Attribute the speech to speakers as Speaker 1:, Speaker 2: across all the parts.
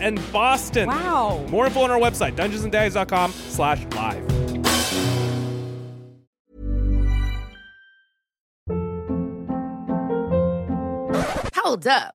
Speaker 1: and Boston.
Speaker 2: Wow.
Speaker 1: More info on our website, dungeonsanddice.com slash live.
Speaker 3: Hold up.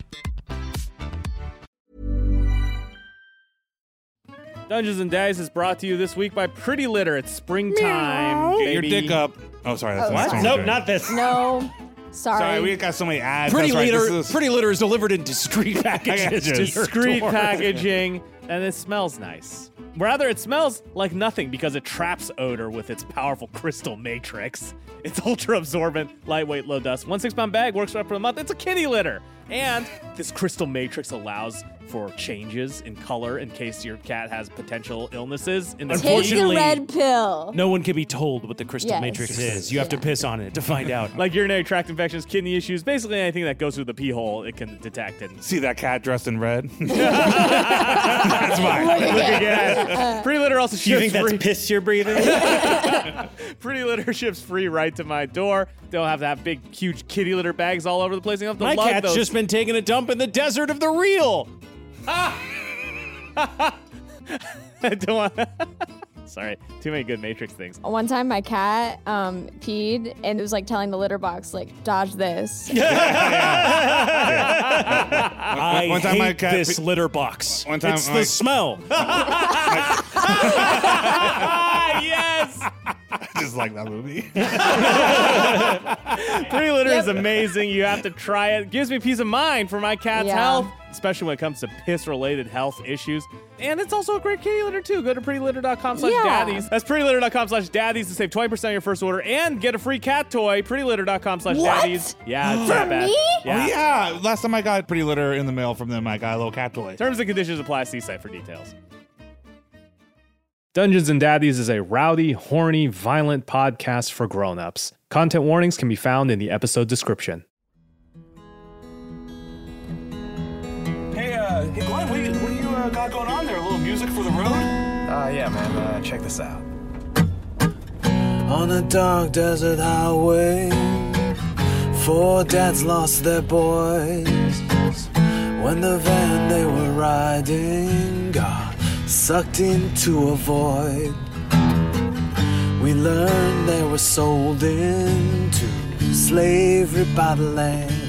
Speaker 1: Dungeons and Dice is brought to you this week by Pretty Litter. It's springtime.
Speaker 4: Get your dick up. Oh, sorry. That's not the same
Speaker 5: Nope,
Speaker 4: thing.
Speaker 5: not this.
Speaker 6: No. Sorry.
Speaker 4: Sorry, we got so many ads.
Speaker 7: Pretty
Speaker 4: That's right,
Speaker 7: litter,
Speaker 4: this is-
Speaker 7: pretty litter is delivered in discreet
Speaker 4: packages
Speaker 7: packages.
Speaker 4: to your
Speaker 1: discreet packaging, and it smells nice. Rather, it smells like nothing because it traps odor with its powerful crystal matrix. It's ultra absorbent, lightweight, low dust. One six pound bag works right for a month. It's a kitty litter. And this crystal matrix allows for changes in color in case your cat has potential illnesses. In the
Speaker 6: Take the
Speaker 7: Unfortunately-
Speaker 6: red pill.
Speaker 7: No one can be told what the crystal
Speaker 6: Yes.
Speaker 7: matrix is. You have to piss on it to find out.
Speaker 1: like urinary tract infections, kidney issues, basically anything that goes through the pee hole, it can detect and
Speaker 4: See that cat dressed in red?
Speaker 1: yeah. Pretty litter also ships
Speaker 5: Do you think that's
Speaker 1: free-
Speaker 5: piss you're breathing?
Speaker 1: Pretty litter ships free right to my door. Don't have to have big, huge kitty litter bags all over the place. You don't have
Speaker 7: My
Speaker 1: to lug
Speaker 7: cat's
Speaker 1: those.
Speaker 7: just been taking a dump in the desert of the real.
Speaker 1: I don't want- Sorry, too many good Matrix things.
Speaker 6: One time my cat um, peed and it was like telling the litter box, like, dodge this.
Speaker 7: I
Speaker 4: one time
Speaker 7: hate
Speaker 4: my cat
Speaker 7: this
Speaker 4: pe-
Speaker 7: litter box.
Speaker 4: One time
Speaker 7: it's
Speaker 4: my-
Speaker 7: the smell.
Speaker 1: Ah, yes!
Speaker 4: Just like that movie.
Speaker 1: Pretty litter is amazing. You have to try it. Gives me peace of mind for my cat's
Speaker 6: Yeah.
Speaker 1: health, especially when it comes to piss related health issues. And it's also a great kitty litter, too. Go to prettylitter.com slash
Speaker 6: Yeah.
Speaker 1: daddies. That's prettylitter.com slash daddies to save 20% on your first order and get a free cat toy. Prettylitter.com slash
Speaker 6: What?
Speaker 1: daddies. Yeah, it's
Speaker 6: For
Speaker 1: not bad.
Speaker 6: me?
Speaker 1: Yeah.
Speaker 4: Oh, yeah. Last time I got pretty litter in the mail from them, I got a little cat toy.
Speaker 1: Terms and conditions apply. See site for details. Dungeons and Daddies is a rowdy, horny, violent podcast for grown-ups. Content warnings can be found in the episode description.
Speaker 8: Hey, uh, hey Glenn, what do you, what do you uh, got going on there? A little music for the road? Uh, yeah, man. Uh, check this out. On a dark desert highway, four dads lost their boys. When the van they were riding got sucked into a void, we learned they were sold into slavery by the lands.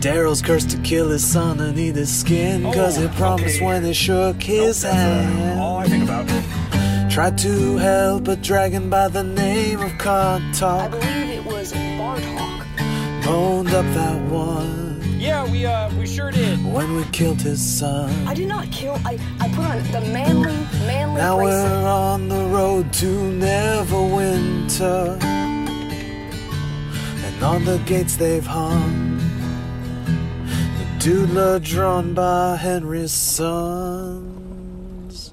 Speaker 8: Daryl's cursed to kill his son and eat his skin Cause he promised when he shook his hand uh, All I think about Tried to help a dragon by the name of Contoc
Speaker 9: believe it was Bartok.
Speaker 8: Boned up that one
Speaker 5: yeah, we uh, we sure did.
Speaker 8: When we killed his son
Speaker 9: I did not kill. I, I put on the manly, manly
Speaker 8: Now
Speaker 9: bracelet.
Speaker 8: we're on the road to Neverwinter And on the gates they've hung The doodler drawn by Henry's sons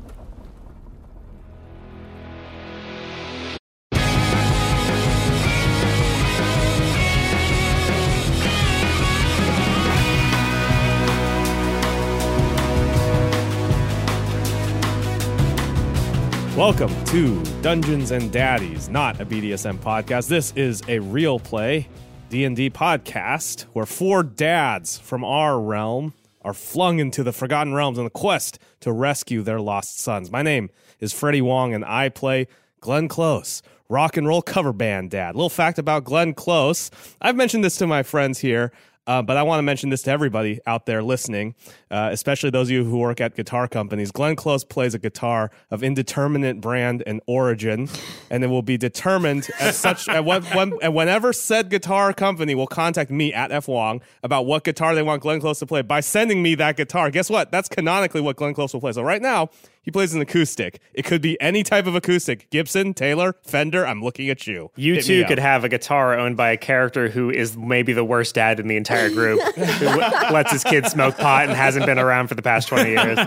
Speaker 1: Welcome to Dungeons and Daddies, not a BDSM podcast. This is a real play D&D podcast where four dads from our realm are flung into the forgotten realms on the quest to rescue their lost sons. My name is Freddie Wong and I play Glenn Close, rock and roll cover band dad. Little fact about Glenn Close. I've mentioned this to my friends here.
Speaker 2: Uh, but I want to mention this to everybody out there listening, uh, especially those of you who work at guitar companies. Glenn Close plays a guitar of indeterminate brand and origin, and it will be determined as such. at when, when, and whenever said guitar company will contact me at F Wong about what guitar they want Glenn Close to play by sending me that guitar, guess what? That's canonically what Glenn Close will play. So right now, he plays an acoustic. It could be any type of acoustic Gibson, Taylor, Fender. I'm looking at you.
Speaker 5: You
Speaker 2: Hit me
Speaker 5: two
Speaker 2: up.
Speaker 5: could have a guitar owned by a character who is maybe the worst dad in the entire group, who w- lets his kid smoke pot and hasn't been around for the past 20 years.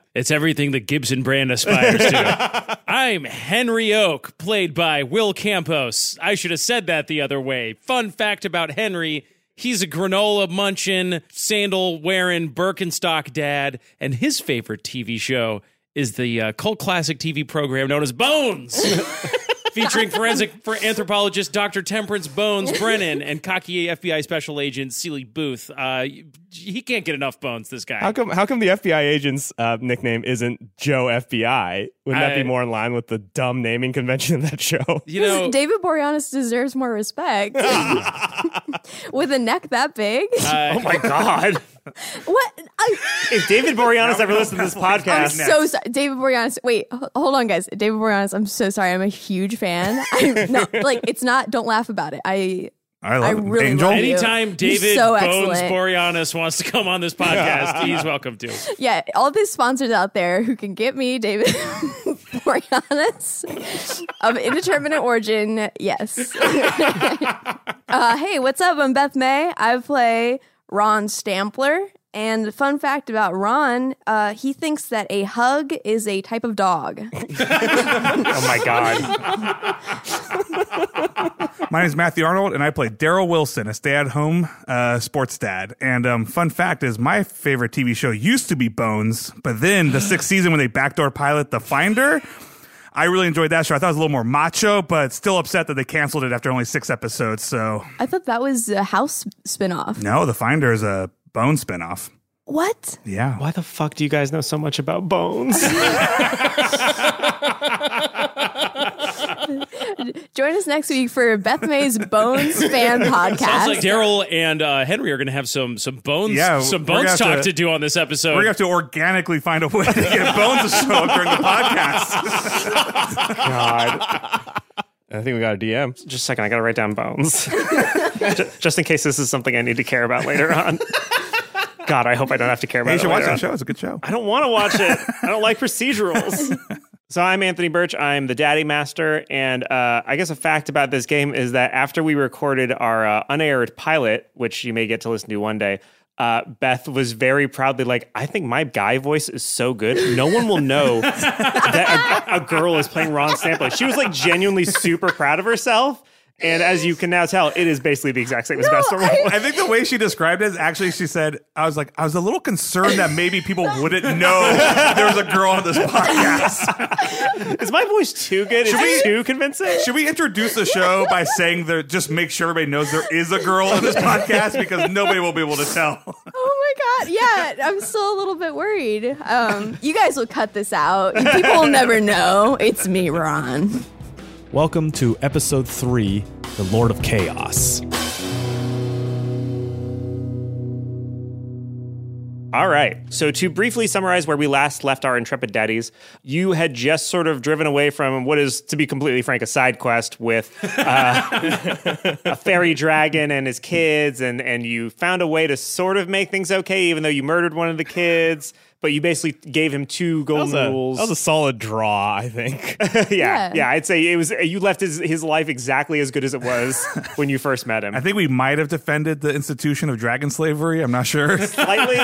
Speaker 7: It's everything the Gibson brand aspires to. I'm Henry Oak, played by Will Campos. I should have said that the other way. Fun fact about Henry he's a granola munching, sandal wearing Birkenstock dad, and his favorite TV show is the uh, cult classic TV program known as Bones. Featuring forensic for anthropologist Dr. Temperance Bones Brennan and cocky FBI special agent Seely Booth. Uh, he can't get enough bones, this guy.
Speaker 2: How come? How come the FBI agent's uh, nickname isn't Joe FBI? Wouldn't that
Speaker 7: I-
Speaker 2: be more in line with the dumb naming convention of that show?
Speaker 7: You know,
Speaker 6: David Boreanaz deserves more respect. With a neck that big.
Speaker 9: Uh,
Speaker 5: oh my God.
Speaker 6: what? I,
Speaker 5: If David Boreanaz ever listened to this
Speaker 6: I'm
Speaker 5: podcast,
Speaker 6: so sorry. David Boreanaz. Wait, h- hold on, guys. David Boreanaz, I'm so sorry. I'm a huge fan. I'm not, like, it's not, don't laugh about it. I,
Speaker 4: I
Speaker 6: I
Speaker 4: love it.
Speaker 6: really
Speaker 4: Angel.
Speaker 6: love you.
Speaker 7: Anytime
Speaker 6: You're
Speaker 7: David
Speaker 6: so
Speaker 7: Bones
Speaker 6: excellent.
Speaker 7: Boreanaz wants to come on this podcast, he's welcome to.
Speaker 6: yeah, all these sponsors out there who can get me, David Boreanaz of indeterminate origin. Yes. uh, hey, what's up? I'm Beth May. I play Ron Stampler. And the fun fact about Ron, uh, he thinks that a hug is a type of dog.
Speaker 5: oh my God.
Speaker 4: My name is Matthew Arnold, and I play Daryl Wilson, a stay-at-home uh, sports dad. And um, fun fact is, my favorite TV show used to be Bones, but then the sixth season when they backdoor pilot The Finder, I really enjoyed that show. I thought it was a little more macho, but still upset that they canceled it after only six episodes. So
Speaker 6: I thought that was a house spinoff.
Speaker 4: no, The Finder is a Bone spinoff.
Speaker 6: What?
Speaker 4: Yeah,
Speaker 5: Why the fuck do you guys know so much about bones?
Speaker 6: Join us next week for Beth May's Bones Fan Podcast.
Speaker 7: Sounds like Daryl and uh, Henry are going to have some some bones
Speaker 4: Yeah,
Speaker 7: some
Speaker 4: we're gonna
Speaker 7: bones
Speaker 4: have
Speaker 7: talk to,
Speaker 4: to-
Speaker 7: do on this episode.
Speaker 4: we're gonna have to organically find a way to get Bones to show up during the podcast.
Speaker 5: God.
Speaker 2: I think we got a DM.
Speaker 5: Just a second. I got to write down bones. Ju- just in case this is something I need to care about later on. God, I hope I don't have to care about
Speaker 4: Hey, you
Speaker 5: it.
Speaker 4: should watch
Speaker 5: later on.
Speaker 4: that show; it's a good show.
Speaker 5: I don't want to watch it. I don't like procedurals. so I'm Anthony Birch. I'm the Daddy Master, and uh, I guess a fact about this game is that after we recorded our uh, unaired pilot, which you may get to listen to one day. Uh, Beth was very proudly like, I think my guy voice is so good. No one will know that a, a girl is playing Ron Stampler. She was like genuinely super proud of herself. And as you can now tell, it is basically the exact same as Beth's role.
Speaker 4: I think the way she described it is actually she said, I was like, I was a little concerned that maybe people wouldn't know there was a girl on this podcast.
Speaker 5: Is my voice too good? Is
Speaker 4: we-
Speaker 5: it too convincing?
Speaker 4: Should we introduce the show by saying there just make sure everybody knows there is a girl on this podcast because nobody will be able to tell.
Speaker 6: oh my God. Yeah, I'm still a little bit worried. Um, you guys will cut this out. People will never know. It's me, Ron.
Speaker 2: Welcome to episode three, the Lord of Chaos.
Speaker 5: All right. So, to briefly summarize where we last left our intrepid daddies, you had just sort of driven away from what is, to be completely frank, a side quest with uh, a fairy dragon and his kids, and and you found a way to sort of make things okay, even though you murdered one of the kids. But you basically gave him two
Speaker 2: That
Speaker 5: golden
Speaker 2: was, a, that
Speaker 5: rules.
Speaker 2: was a solid draw, I think.
Speaker 5: yeah,
Speaker 6: Yeah.
Speaker 5: yeah. I'd say it was. You left his his life exactly as good as it was when you first met him.
Speaker 4: I think we might have defended the institution of dragon slavery. I'm not sure.
Speaker 5: Slightly,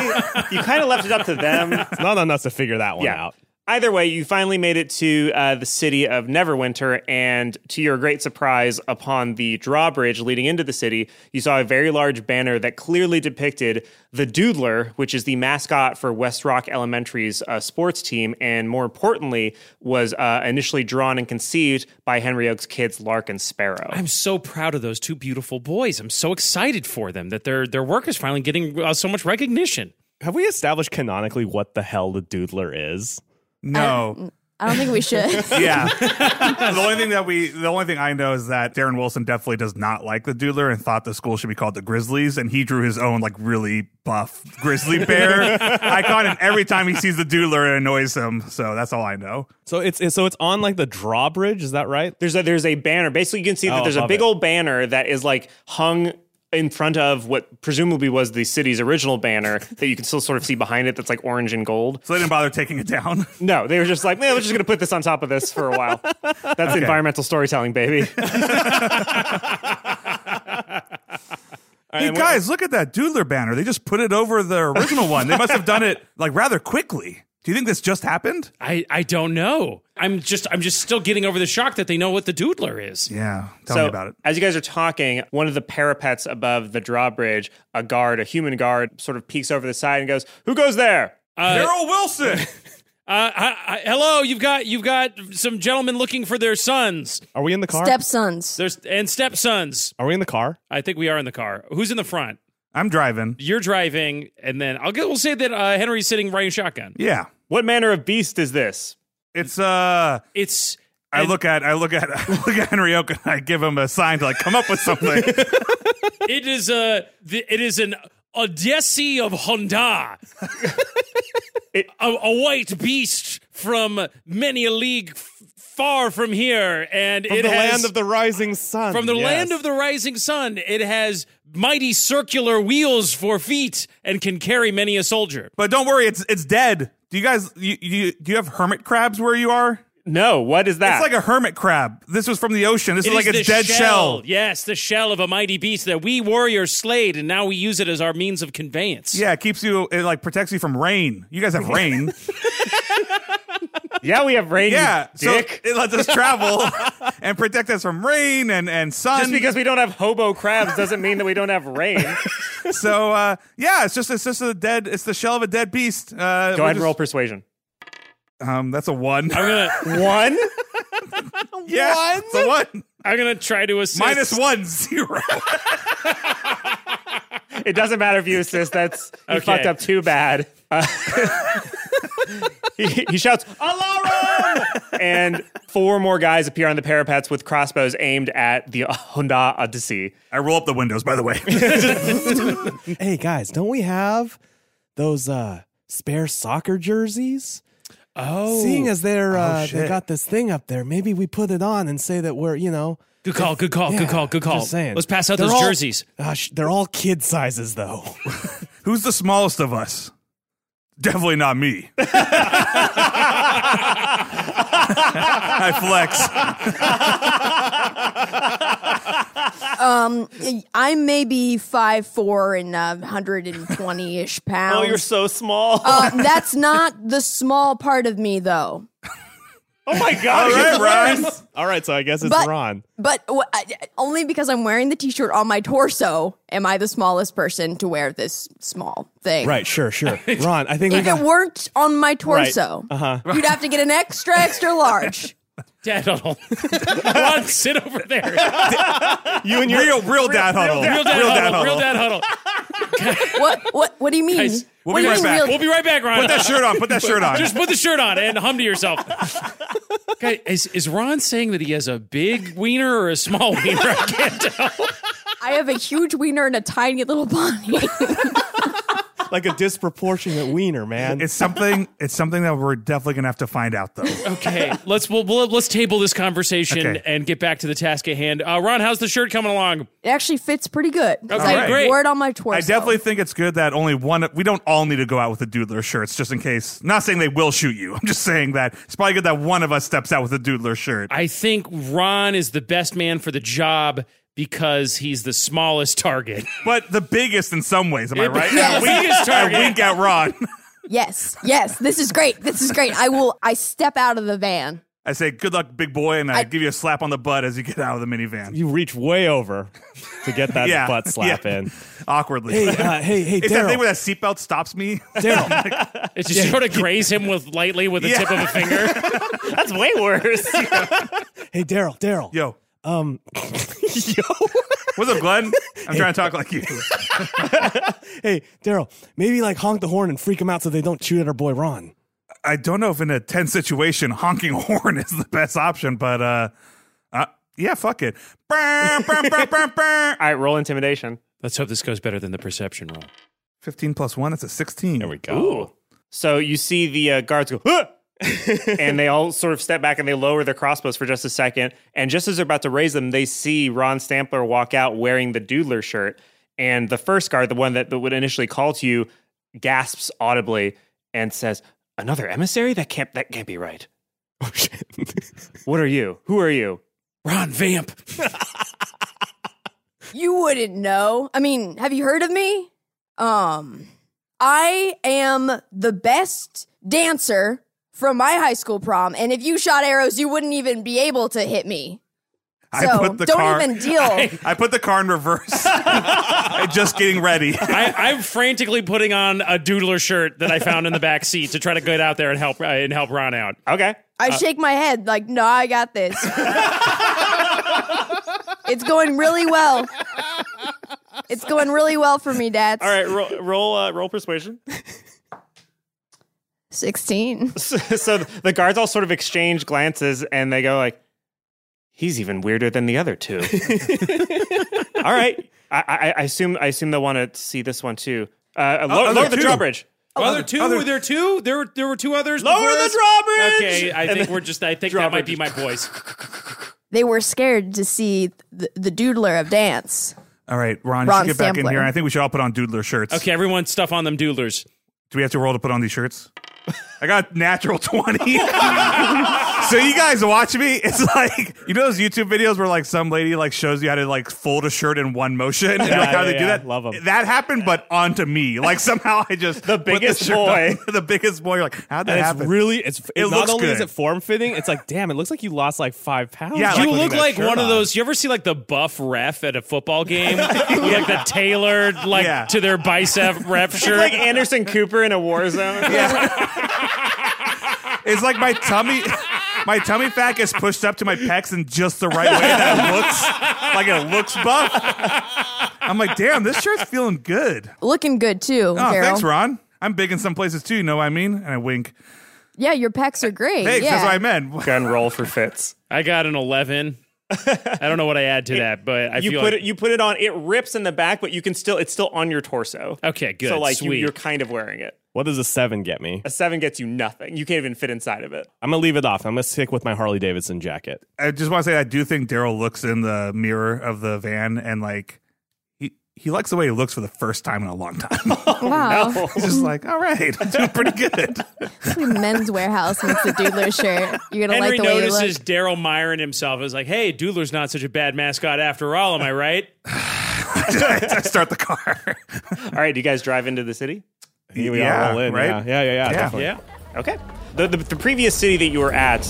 Speaker 5: you kind of left it up to them.
Speaker 2: it's Um, not on us to figure that one out.
Speaker 5: Either way, you finally made it to uh, the city of Neverwinter, and to your great surprise, upon the drawbridge leading into the city, you saw a very large banner that clearly depicted the Doodler, which is the mascot for West Rock Elementary's uh, sports team, and more importantly, was uh, initially drawn and conceived by Henry Oak's kids, Lark and Sparrow.
Speaker 7: I'm so proud of those two beautiful boys. I'm so excited for them that their their work is finally getting uh, so much recognition.
Speaker 2: Have we established canonically what the hell the Doodler is?
Speaker 4: No.
Speaker 6: I don't think we should.
Speaker 4: Yeah. the only thing that we, the only thing I know is that Darren Wilson definitely does not like the Doodler and thought the school should be called the Grizzlies, and he drew his own like really buff grizzly bear icon, and every time he sees the Doodler, it annoys him. um, So that's all I know.
Speaker 2: So it's, it's so it's on like the drawbridge. Is that right?
Speaker 5: There's a there's a banner. Basically, you can see that
Speaker 2: Oh,
Speaker 5: there's a
Speaker 2: above
Speaker 5: big
Speaker 2: it.
Speaker 5: old banner that is like hung in front of what presumably was the city's original banner that you can still sort of see behind it. That's like orange and gold.
Speaker 4: So they didn't bother taking it down.
Speaker 5: No, they were just like, man, we're just gonna put this on top of this for a while. That's environmental storytelling, baby.
Speaker 4: hey guys, look at that Doodler banner. They just put it over the original one. They must have done it like rather quickly. Do you think this just happened?
Speaker 7: I, I don't know. I'm just I'm just still getting over the shock that they know what the doodler is.
Speaker 4: Yeah. Tell me about it.
Speaker 5: As you guys are talking, one of the parapets above the drawbridge, a guard, a human guard, sort of peeks over the side and goes, "Who goes there?" Uh,
Speaker 4: Daryl Wilson.
Speaker 7: Uh, I, I, hello, you've got you've got some gentlemen looking for their sons,
Speaker 2: Are we in the car?
Speaker 6: Stepsons.
Speaker 7: there's and stepsons.
Speaker 2: Are we in the car?
Speaker 7: I think we are in the car. Who's in the front?
Speaker 4: I'm driving.
Speaker 7: You're driving, and then I'll get, we'll say that uh, Henry's sitting riding shotgun.
Speaker 4: Yeah.
Speaker 5: What manner of beast is this?
Speaker 4: It's uh
Speaker 7: It's
Speaker 4: I look at I look at I look at Henrioka and I give him a sign to like come up with something.
Speaker 7: it is a the, it is an Odyssey of Honda,
Speaker 5: It-
Speaker 7: a, a white beast from many a league f- far from here, and
Speaker 2: From
Speaker 7: it
Speaker 2: the
Speaker 7: has,
Speaker 2: land of the rising sun.
Speaker 7: from the
Speaker 2: Yes.
Speaker 7: land of the rising sun. It has mighty circular wheels for feet and can carry many a soldier.
Speaker 4: But don't worry, it's it's dead. Do you guys you, you do you have hermit crabs where you are?
Speaker 5: No, what is
Speaker 4: It's
Speaker 5: that?
Speaker 4: like a hermit crab. This was from the ocean. This is like
Speaker 7: the
Speaker 4: its dead shell.
Speaker 7: Yes, the shell of a mighty beast that we warriors slayed, and now we use it as our means of conveyance.
Speaker 4: Yeah, it keeps you it like protects you from rain. You guys have rain.
Speaker 5: yeah, we have rain.
Speaker 4: yeah.
Speaker 5: you dick.
Speaker 4: So it lets us travel and protect us from rain and, and sun.
Speaker 5: Just because we don't have hobo crabs doesn't mean that we don't have rain.
Speaker 4: so uh, yeah, it's just it's just a dead it's the shell of a dead beast. Uh,
Speaker 5: Go ahead and roll
Speaker 4: we're
Speaker 5: persuasion.
Speaker 4: just- Um that's a one.
Speaker 7: I'm gonna
Speaker 5: One?
Speaker 4: yeah, It's a one.
Speaker 7: I'm gonna try to assist
Speaker 4: Minus one zero.
Speaker 5: It doesn't matter if you assist. That's you
Speaker 7: Okay.
Speaker 5: fucked up too bad. Uh, he, he shouts "Alarm!" and four more guys appear on the parapets with crossbows aimed at the Honda Odyssey.
Speaker 4: I roll up the windows, by the way.
Speaker 2: Hey guys, don't we have those uh spare soccer jerseys?
Speaker 7: Oh,
Speaker 2: Seeing as they're uh, they
Speaker 4: shit.
Speaker 2: got this thing up there, maybe we put it on and say that we're you know.
Speaker 7: good call, good call, good
Speaker 2: yeah,
Speaker 7: call, good call.
Speaker 2: Just saying.
Speaker 7: Let's pass out
Speaker 2: They're
Speaker 7: those
Speaker 2: all-
Speaker 7: jerseys.
Speaker 2: uh, sh- they're all kid sizes though.
Speaker 4: Who's the smallest of us? Definitely not me. I flex.
Speaker 6: Um, I may be five four and uh, 120 ish pounds.
Speaker 5: Oh, you're so small!
Speaker 6: uh, that's not the small part of me though.
Speaker 5: oh my god!
Speaker 4: All right, Ryan.
Speaker 2: all right, so I guess it's
Speaker 6: But-
Speaker 2: Ron.
Speaker 6: But w- I, only because I'm wearing the t-shirt on my torso am I the smallest person to wear this small thing.
Speaker 2: Right, sure, sure. Ron, I think we
Speaker 6: If
Speaker 2: got Uh-huh.
Speaker 6: it weren't on my torso, you'd have to get an extra extra large.
Speaker 7: Dad huddle. Ron, sit over there.
Speaker 4: You and your real, real dad huddle.
Speaker 7: Real dad huddle. Real dad huddle.
Speaker 6: what what what do you mean?
Speaker 7: Guys,
Speaker 4: We'll
Speaker 6: What
Speaker 4: be
Speaker 6: do you
Speaker 4: right
Speaker 6: mean
Speaker 4: back.
Speaker 6: real-
Speaker 7: We'll be right back, Ron.
Speaker 4: Put that shirt on. Put that shirt on.
Speaker 7: Just put the shirt on and hum to yourself. Okay, is, is Ron saying that he has a big wiener or a small wiener? I can't tell.
Speaker 6: I have a huge wiener and a tiny little body.
Speaker 2: like a disproportionate wiener, man.
Speaker 4: it's something. It's something that we're definitely gonna have to find out, though.
Speaker 7: Okay, let's we'll, we'll- let's table this conversation
Speaker 4: Okay.
Speaker 7: and get back to the task at hand. Uh, Ron, how's the shirt coming along?
Speaker 6: It actually fits pretty good. 'cause
Speaker 7: Okay,
Speaker 6: I
Speaker 7: great.
Speaker 6: wore it on my torso.
Speaker 4: I definitely think it's good that only one. We don't all need to go out with the doodler shirts, just in case. Not saying they will shoot you. I'm just saying that it's probably good that one of us steps out with a doodler shirt.
Speaker 7: I think Ron is the best man for the job because he's the smallest target.
Speaker 4: but the biggest in some ways. Am I right?
Speaker 7: Yes.
Speaker 4: I wink-
Speaker 7: Biggest target.
Speaker 4: I wink at Ron.
Speaker 6: Yes, yes. This is great. This is great. I will. I step out of the van.
Speaker 4: I say, "Good luck, big boy," and I, give you a slap on the butt as you get out of the minivan.
Speaker 2: you reach way over to get that
Speaker 4: Yeah,
Speaker 2: butt slap
Speaker 4: yeah.
Speaker 2: in.
Speaker 4: Awkwardly.
Speaker 2: Hey, uh, hey, hey,
Speaker 4: it's that thing
Speaker 2: Daryl.
Speaker 4: where that seatbelt stops me.
Speaker 2: Daryl,
Speaker 7: It just sort of graze him with lightly with the
Speaker 4: Yeah.
Speaker 7: tip of a finger.
Speaker 5: That's way worse.
Speaker 2: hey, Daryl, Daryl.
Speaker 4: Yo,
Speaker 2: Um,
Speaker 4: what's up, Glenn? I'm trying to talk like you.
Speaker 2: hey, Daryl, maybe like honk the horn and freak them out so they don't shoot at our boy Ron.
Speaker 4: I don't know if in a tense situation honking horn is the best option, but uh, uh yeah, fuck it. Brr, brr, brr, brr, brr.
Speaker 5: All right, roll intimidation.
Speaker 7: Let's hope this goes better than the perception roll.
Speaker 4: 15 plus 1, that's a 16.
Speaker 2: There we go.
Speaker 5: So you see the uh, guards go, "Huh!" and they all sort of step back and they lower their crossbows for just a second. And just as they're about to raise them, they see Ron Stampler walk out wearing the Doodler shirt. And the first guard, the one that would initially call to you, gasps audibly and says, "Another emissary? That can't. That can't be right.
Speaker 2: Oh shit.
Speaker 5: What are you? Who are you?"
Speaker 7: Ron Vamp.
Speaker 6: You wouldn't know. I mean, have you heard of me? Um, I am the best dancer from my high school prom, and if you shot arrows, you wouldn't even be able to hit me.
Speaker 4: I
Speaker 6: So
Speaker 4: put the
Speaker 6: don't
Speaker 4: car-
Speaker 6: even deal.
Speaker 4: I put the car in reverse. I'm just getting ready.
Speaker 7: I, I'm frantically putting on a doodler shirt that I found in the back seat to try to get out there and help uh, and help Ron out.
Speaker 5: Okay. Uh,
Speaker 6: I shake my head like, no, I got this. it's going really well. It's going really well for me, Dad.
Speaker 5: All right. Roll. Roll. Uh, roll persuasion.
Speaker 6: 16.
Speaker 5: so the guards all sort of exchange glances and they go like he's even weirder than the other two all right I, I, I assume i assume they'll want to see this one too uh, lower,
Speaker 7: Oh,
Speaker 4: other
Speaker 5: lower the
Speaker 4: two.
Speaker 5: drawbridge
Speaker 7: Well, there Oh, two? Were there two? There were there were two others.
Speaker 5: lower
Speaker 7: before
Speaker 5: the
Speaker 7: us?
Speaker 5: drawbridge
Speaker 7: Okay, I think we're just. I think that might be my voice.
Speaker 6: They were scared to see the, the doodler of dance.
Speaker 4: All right, Ron,
Speaker 6: Ron
Speaker 4: you should get back in
Speaker 6: Sampler.
Speaker 4: here. I think we should all put on doodler shirts.
Speaker 7: Okay, everyone, stuff on them doodlers.
Speaker 4: Do we have to roll to put on these shirts? I got natural 20. so you guys watch me. It's like, you know those YouTube videos where like some lady like shows you how to like fold a shirt in one motion? You know, like, how
Speaker 2: yeah,
Speaker 4: they do
Speaker 2: yeah.
Speaker 4: that?
Speaker 2: Love 'em.
Speaker 4: That happened, but onto me. Like somehow I just. the
Speaker 5: biggest
Speaker 4: shirt
Speaker 5: boy.
Speaker 4: on. the biggest boy. You're like, how'd that
Speaker 2: And
Speaker 4: happen?
Speaker 2: it's really it's it
Speaker 4: It
Speaker 2: not
Speaker 4: looks
Speaker 2: only is
Speaker 4: good.
Speaker 2: it form fitting, it's like damn, it looks like you lost like five pounds.
Speaker 4: Yeah, I like
Speaker 7: you look
Speaker 4: looking at
Speaker 7: like
Speaker 4: that shirt
Speaker 7: one of
Speaker 4: on.
Speaker 7: those. You ever see like the buff ref at a football game, like the tailored like
Speaker 4: Yeah.
Speaker 7: to their bicep ref shirt?
Speaker 5: like anderson cooper in a war zone
Speaker 4: It's like my tummy, my tummy fat gets pushed up to my pecs in just the right way. That it looks like it looks buff. I'm like, damn, this shirt's feeling good.
Speaker 6: Looking good, too,
Speaker 4: Oh,
Speaker 6: Carol.
Speaker 4: thanks, Ron. I'm big in some places too. You know what I mean? And I wink.
Speaker 6: Yeah, your pecs are great.
Speaker 4: Thanks.
Speaker 6: yeah.
Speaker 4: That's what I meant.
Speaker 5: gun roll for fits
Speaker 7: I got an eleven. I don't know what I add to that, but I
Speaker 5: you
Speaker 7: feel
Speaker 5: put
Speaker 7: like,
Speaker 5: it you put it on it rips in the back but you can still it's still on your torso
Speaker 7: Okay, good,
Speaker 5: so like you,
Speaker 7: sweet.
Speaker 5: you're kind of wearing it
Speaker 2: What does a seven get me?
Speaker 5: a seven gets you nothing you can't even fit inside of it
Speaker 2: I'm gonna leave it off. I'm gonna stick with my Harley Davidson jacket.
Speaker 4: I just want to say I do think Daryl looks in the mirror of the van and like he he likes the way he looks for the first time in a long time.
Speaker 5: Oh,
Speaker 6: wow.
Speaker 4: He's just like, all right, I'm doing pretty good.
Speaker 6: Men's Warehouse makes a doodler shirt. You're going to like
Speaker 7: Henry
Speaker 6: the way you look.
Speaker 7: notices Daryl Myron himself is like, "Hey, Doodler's not such a bad mascot after all, am I right?"
Speaker 4: I start the car.
Speaker 5: all right do you guys drive into the city
Speaker 2: Here we
Speaker 4: Yeah,
Speaker 2: all roll in.
Speaker 4: right?
Speaker 2: Yeah, yeah, yeah, yeah. definitely.
Speaker 7: Yeah.
Speaker 5: Okay. The, the, the previous city that you were at,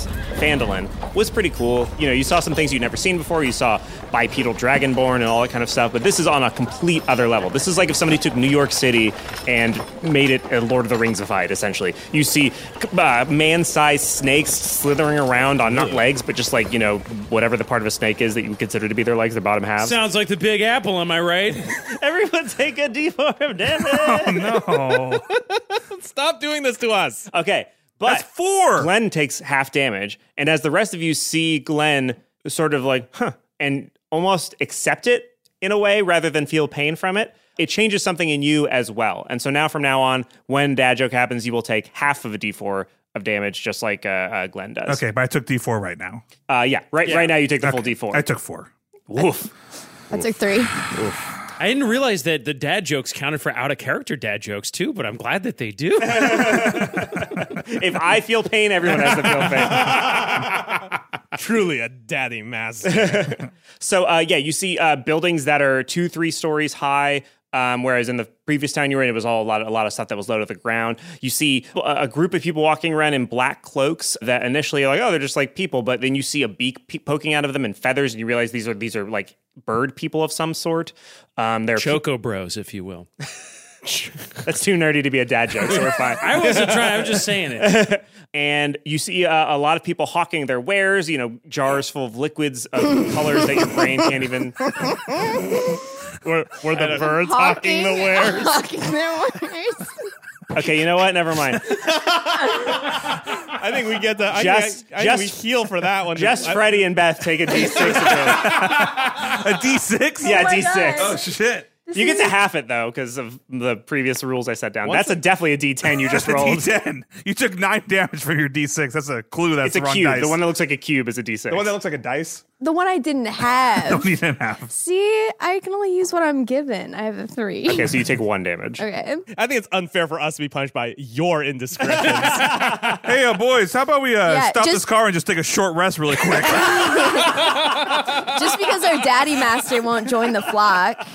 Speaker 5: Phandalin, was pretty cool. You know, you saw some things you'd never seen before. You saw bipedal dragonborn and all that kind of stuff, but this is on a complete other level. This is like if somebody took New York City and made it a Lord of the Ringsified, essentially. You see uh, man sized snakes slithering around on not legs, but just like, you know, whatever the part of a snake is that you would consider to be their legs, their bottom half.
Speaker 7: Sounds like the Big Apple, am I right?
Speaker 5: Everyone take a D4, damn it!
Speaker 4: no.
Speaker 2: Stop doing this to us.
Speaker 5: Okay, but
Speaker 4: That's four.
Speaker 5: Glenn takes half damage, and as the rest of you see Glenn sort of like, huh, and almost accept it in a way rather than feel pain from it, it changes something in you as well. And so now from now on, when dad joke happens, you will take half of a d4 of damage, just like uh, uh, Glenn does.
Speaker 4: Okay, but I took D4 right now.
Speaker 5: Uh, yeah, right. Right now, you take the full
Speaker 4: I
Speaker 5: d4.
Speaker 4: took four.
Speaker 5: Woof.
Speaker 6: That's like three.
Speaker 7: I didn't realize that the dad jokes counted for out of character dad jokes too, but I'm glad that they do.
Speaker 5: if I feel pain, everyone has to feel pain.
Speaker 2: Truly a daddy master.
Speaker 5: So uh, yeah, you see uh, buildings that are two, three stories high. Um, whereas in the previous town you were in, it was all a lot, a lot of stuff that was low to the ground. You see a, a group of people walking around in black cloaks that initially are like, oh, they're just like people, but then you see a beak pe- poking out of them and feathers, and you realize these are these are like bird people of some sort. Um, they're
Speaker 7: Choco Bros, if you will.
Speaker 5: that's too nerdy to be a dad joke, so we're fine.
Speaker 7: I wasn't trying. I was just saying it.
Speaker 5: and you see uh, a lot of people hawking their wares. You know, jars full of liquids of colors that your brain can't even.
Speaker 2: were, were the birds
Speaker 6: Hawking, hawking their wares.
Speaker 5: Okay, you know what? Never mind.
Speaker 2: I think we get the. I
Speaker 5: Just-
Speaker 2: think I, I think
Speaker 5: just-
Speaker 2: we heal for that one.
Speaker 5: Just
Speaker 2: I-
Speaker 5: Freddie and Beth take a D6 of
Speaker 4: A D6?
Speaker 5: Yeah,
Speaker 6: my
Speaker 5: D6.
Speaker 6: God.
Speaker 4: Oh, shit.
Speaker 5: You get to half it though, because of the previous rules I set down.
Speaker 2: Once
Speaker 5: That's a, definitely a D10 you just
Speaker 4: That's a
Speaker 5: rolled.
Speaker 4: D10. You took nine damage from your D6. That's a clue. That's
Speaker 5: It's a
Speaker 4: the wrong
Speaker 5: cube.
Speaker 4: dice.
Speaker 5: The one that looks like a cube is a D6.
Speaker 4: The one that looks like a dice.
Speaker 6: The one I didn't have.
Speaker 4: You didn't have.
Speaker 6: See, I can only use what I'm given. I have a three.
Speaker 5: okay, so you take one damage.
Speaker 6: Okay.
Speaker 2: I think it's unfair for us to be punished by your indiscretions.
Speaker 4: Hey, uh, boys, how about we uh,
Speaker 6: Yeah,
Speaker 4: stop
Speaker 6: just-
Speaker 4: this car and just take a short rest really quick?
Speaker 6: Just because our daddy master won't join the flock.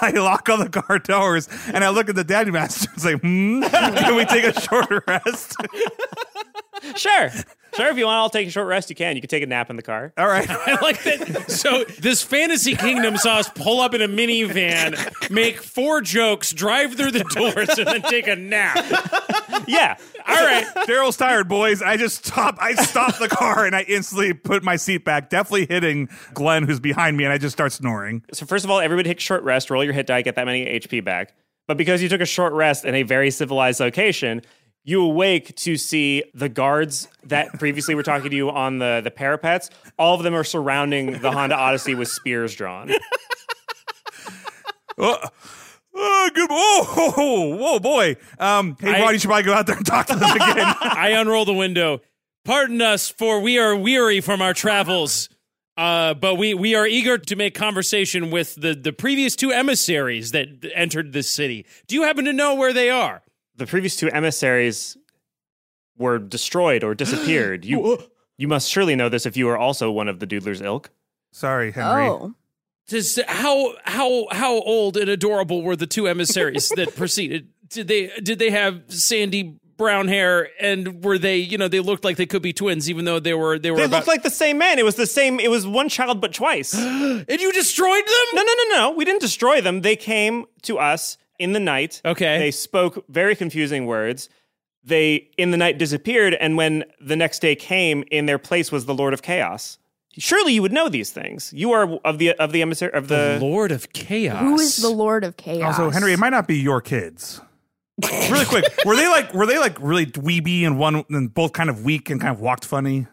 Speaker 4: I lock all the car doors and I look at the daddy master and say, hmm, can we take a short rest?
Speaker 5: Sure. Sure, if you want, I'll take a short rest. You can. You can take a nap in the car.
Speaker 4: All right.
Speaker 7: I like that. So this fantasy kingdom saw us pull up in a minivan, make four jokes, drive through the doors, and then take a nap.
Speaker 5: Yeah.
Speaker 7: All right.
Speaker 4: Daryl's tired, boys. I just stop. I stop the car and I instantly put my seat back, definitely hitting Glenn, who's behind me, and I just start snoring.
Speaker 5: So first of all, everybody take a short rest, roll your hit die, get that many HP back. But because you took a short rest in a very civilized location, you awake to see the guards that previously were talking to you on the, the parapets. All of them are surrounding the Honda Odyssey with spears drawn.
Speaker 4: Oh, oh, good. Oh, whoa, whoa, boy. Um, hey,
Speaker 7: I-
Speaker 4: Ron, you should probably go out there and talk to them again.
Speaker 7: I unroll the window. Pardon us, for we are weary from our travels. Uh, but we, we are eager to make conversation with the, the previous two emissaries that entered this city. Do you happen to know where they are?
Speaker 5: the previous two emissaries were destroyed or disappeared. You you must surely know this if you are also one of the Doodler's ilk.
Speaker 4: Sorry, Henry.
Speaker 6: Oh.
Speaker 7: Does, how how how old and adorable were the two emissaries that preceded? Did they did they have sandy brown hair and were they you know they looked like they could be twins even though they were they were
Speaker 5: They
Speaker 7: about-
Speaker 5: looked like the same man. It was the same. It was one child, but twice. no,
Speaker 7: and you destroyed them?
Speaker 5: no, no, no. We didn't destroy them. They came to us in the night.
Speaker 7: Okay.
Speaker 5: They spoke very confusing words. They in the night disappeared, and when the next day came, in their place was the Lord of Chaos. Surely you would know these things. You are of the of the emissary of the.
Speaker 7: Lord of Chaos.
Speaker 6: Who is the Lord of Chaos?
Speaker 4: Oh, Also, Henry, it might not be your kids. really quick, were they like were they like really dweeby and one and both kind of weak and kind of walked funny?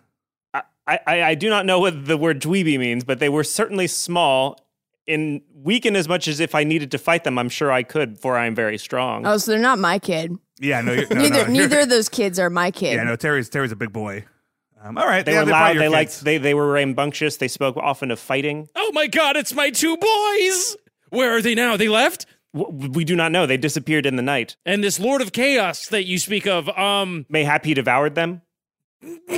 Speaker 5: I, I, I do not know what the word dweeby means, but they were certainly small and weak in as much as if I needed to fight them, I'm sure I could, for I am very strong.
Speaker 6: Oh, so they're not my kid.
Speaker 4: Yeah, no, you're, no
Speaker 6: neither
Speaker 4: no, you're-
Speaker 6: neither of those kids are my kid.
Speaker 4: Yeah, no, Terry's Terry's a big boy. Um, all right,
Speaker 5: they
Speaker 4: yeah,
Speaker 5: were
Speaker 4: they're probably
Speaker 5: loud,
Speaker 4: your
Speaker 5: they
Speaker 4: kids.
Speaker 5: liked they they were rambunctious, they spoke often of fighting.
Speaker 7: Oh my god, it's my two boys! Where are they now? They left?
Speaker 5: W- We do not know. They disappeared in the night.
Speaker 7: And this Lord of Chaos that you speak of, um
Speaker 5: Mayhap he devoured them.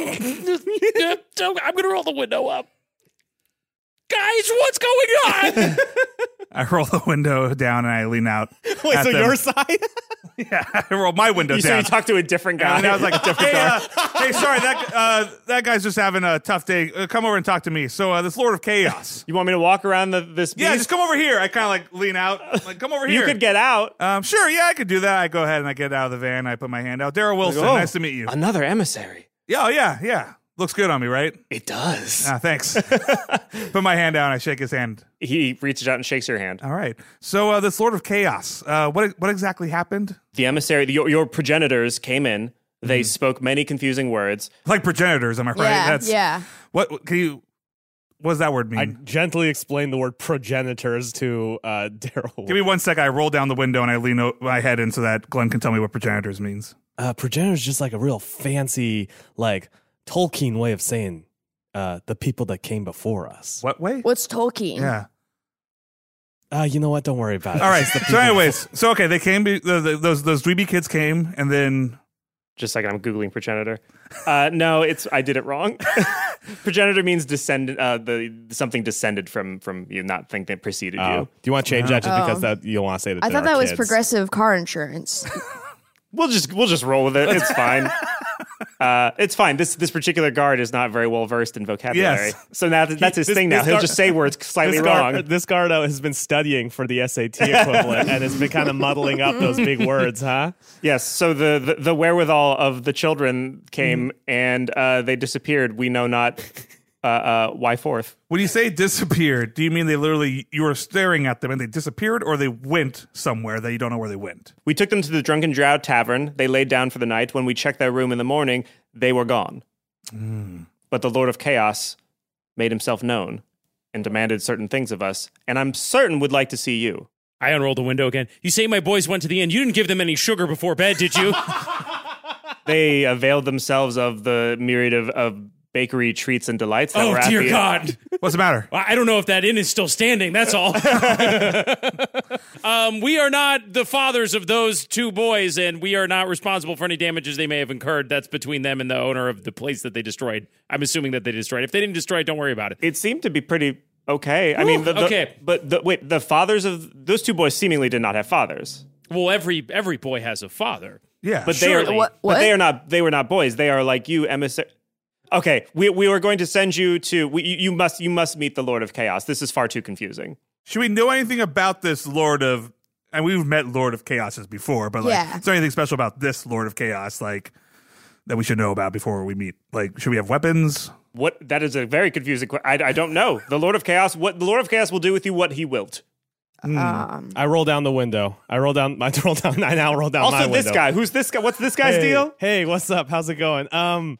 Speaker 7: I'm gonna roll the window up. Guys, what's going on?
Speaker 4: I roll the window down and I lean out.
Speaker 2: Wait,
Speaker 4: at
Speaker 2: so
Speaker 4: them.
Speaker 2: your side?
Speaker 4: yeah, I roll my window
Speaker 5: You, so
Speaker 4: down.
Speaker 5: you talked to a different guy.
Speaker 4: and I was like, hey, uh, hey, sorry, that uh, that guy's just having a tough day. Uh, come over and talk to me. So uh, this Lord of Chaos.
Speaker 5: you want me to walk around the, this?
Speaker 4: Yeah,
Speaker 5: beast?
Speaker 4: just come over here. I kind of like lean out. I'm Like, come over
Speaker 5: you
Speaker 4: here.
Speaker 5: could get out.
Speaker 4: Um, sure, yeah, I could do that. I go ahead and I get out of the van. I put my hand out. Daryl Wilson,
Speaker 5: Oh,
Speaker 4: nice to meet you.
Speaker 5: Another emissary.
Speaker 4: Yeah, oh, yeah, yeah. Looks good on me, right?
Speaker 5: It does.
Speaker 4: Ah, thanks. put my hand down. I shake his hand.
Speaker 5: He reaches out and shakes your hand.
Speaker 4: All right. So uh, this Lord of Chaos. Uh, what what exactly happened?
Speaker 5: The emissary, the, your, your progenitors came in.
Speaker 4: Mm-hmm.
Speaker 5: They spoke many confusing words.
Speaker 4: Like progenitors, am I right?
Speaker 6: Yeah, yeah.
Speaker 4: What can you? What does that word mean?
Speaker 2: I gently explained the word progenitors to uh, Daryl.
Speaker 4: Give me one sec. I roll down the window and I lean o- my head in so that Glenn can tell me what progenitors means.
Speaker 2: uh, progenitor is just like a real fancy, like Tolkien way of saying uh, the people that came before us.
Speaker 4: What way?
Speaker 6: What's Tolkien?
Speaker 4: Yeah.
Speaker 2: Uh, you know what? Don't worry about it.
Speaker 4: All right.
Speaker 2: It's the
Speaker 4: so, anyways, so okay, they came. Be, the, the, those those dweeby kids came, and then
Speaker 5: Just like I'm googling progenitor. Uh, no, it's I did it wrong. progenitor means descendant. Uh, the something descended from from you, not thing that preceded
Speaker 2: Uh,
Speaker 5: you.
Speaker 2: do you want to change that just
Speaker 6: Oh.
Speaker 2: because that you don't want to say that?
Speaker 6: I
Speaker 2: they
Speaker 6: thought
Speaker 2: are
Speaker 6: that was
Speaker 2: kids?
Speaker 6: progressive car insurance.
Speaker 5: We'll just we'll just roll with it. It's fine. Uh, it's fine. This this particular guard is not very well versed in vocabulary,
Speaker 4: Yes.
Speaker 5: so now that, that's his
Speaker 2: this-
Speaker 5: thing. Now
Speaker 2: this
Speaker 5: he'll
Speaker 2: guard-
Speaker 5: just say words slightly
Speaker 2: This
Speaker 5: wrong.
Speaker 2: guard, this guard uh, has been studying for the SAT equivalent and has been kind of muddling up those big words, huh?
Speaker 5: Yes. So the, the the wherewithal of the children came and uh, they disappeared. We know not uh, uh, why fourth?
Speaker 4: When you say disappeared, do you mean they literally you were staring at them and they disappeared, or they went somewhere that you don't know where they went?
Speaker 5: We took them to the Drunken Drow Tavern. They laid down for the night. When we checked their room in the morning, they were gone.
Speaker 2: Hmm.
Speaker 5: But the Lord of Chaos made himself known and demanded certain things of us, and I'm certain would like to see you.
Speaker 7: I unrolled the window again. You say my boys went to the inn. You didn't give them any sugar before bed, did you?
Speaker 5: They availed themselves of the myriad of, of bakery treats and delights that
Speaker 7: oh
Speaker 5: were at
Speaker 7: dear
Speaker 5: the
Speaker 7: God!
Speaker 4: What's the matter?
Speaker 7: I I don't know if that inn is still standing. That's all. um, we are not the fathers of those two boys, and we are not responsible for any damages they may have incurred. That's between them and the owner of the place that they destroyed. I'm assuming that they destroyed. If they didn't destroy it, don't worry about it.
Speaker 5: It seemed to be pretty okay. I mean, the, the-
Speaker 7: okay.
Speaker 5: but the, wait, the fathers of those two boys seemingly did not have fathers,
Speaker 7: Well, every every boy has a father.
Speaker 4: Yeah,
Speaker 5: but they are
Speaker 6: Surely. What-
Speaker 5: but they
Speaker 6: what?
Speaker 5: are not they were not boys. They are like you emissary. Okay, we we were going to send you to we, you, you must you must meet the Lord of Chaos. This is far too confusing.
Speaker 4: Should we know anything about this Lord of? And we've met Lord of Chaoses before, but like,
Speaker 6: Yeah.
Speaker 4: is there anything special about this Lord of Chaos, like that we should know about before we meet? Like, should we have weapons?
Speaker 5: What that is a very confusing. que- I I don't know. The Lord of Chaos. What the Lord of Chaos will do with you? What he wilt.
Speaker 4: Hmm.
Speaker 2: I roll down the window. I roll down. I roll down. I now roll down my
Speaker 5: Also,
Speaker 2: window.
Speaker 5: this guy. Who's this guy? What's this guy's
Speaker 2: hey,
Speaker 5: deal?
Speaker 2: Hey, what's up? How's it going? Um,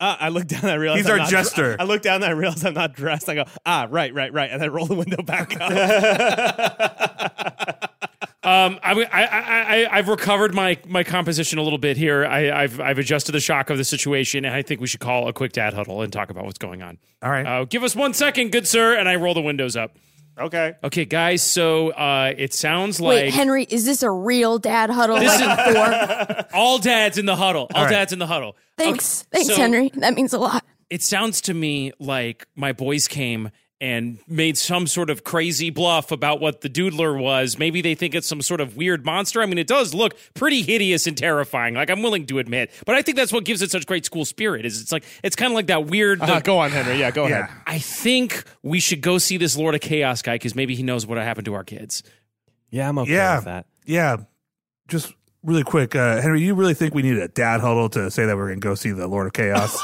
Speaker 2: uh, I look down. I realize
Speaker 4: He's
Speaker 2: I'm
Speaker 4: our
Speaker 2: not
Speaker 4: jester.
Speaker 2: I look down. and I realize I'm not dressed. I go, ah, right, right, right, and I roll the window back up.
Speaker 7: Um, I, I, I, I- I've recovered my, my composition a little bit here. I, I've, I've adjusted the shock of the situation, and I think we should call a quick dad huddle and talk about what's going on.
Speaker 4: All right.
Speaker 7: Uh, give us one second, good sir, and I roll the windows up.
Speaker 5: Okay.
Speaker 7: Okay, guys, so uh, it sounds
Speaker 6: Wait,
Speaker 7: like
Speaker 6: Henry, is this a real dad huddle?
Speaker 7: This
Speaker 6: like
Speaker 7: is-
Speaker 6: before?
Speaker 7: all dads in the huddle. All
Speaker 4: right.
Speaker 7: dads in the huddle.
Speaker 6: Thanks,
Speaker 7: Okay,
Speaker 6: thanks,
Speaker 7: so-
Speaker 6: Henry. That means a lot.
Speaker 7: it sounds to me like my boys came and made some sort of crazy bluff about what the doodler was. Maybe they think it's some sort of weird monster. I mean, it does look pretty hideous and terrifying. Like I'm willing to admit, but I think that's what gives it such great school spirit. Is it's like it's kind of like that weird.
Speaker 2: Uh, go on, Henry. Yeah, go
Speaker 4: Yeah.
Speaker 2: ahead.
Speaker 7: I think we should go see this Lord of Chaos guy because maybe he knows what happened to our kids.
Speaker 2: Yeah, I'm okay
Speaker 4: Yeah.
Speaker 2: with that.
Speaker 4: Yeah. Just really quick, uh, Henry, you really think we need a dad huddle to say that we're going to go see the Lord of Chaos?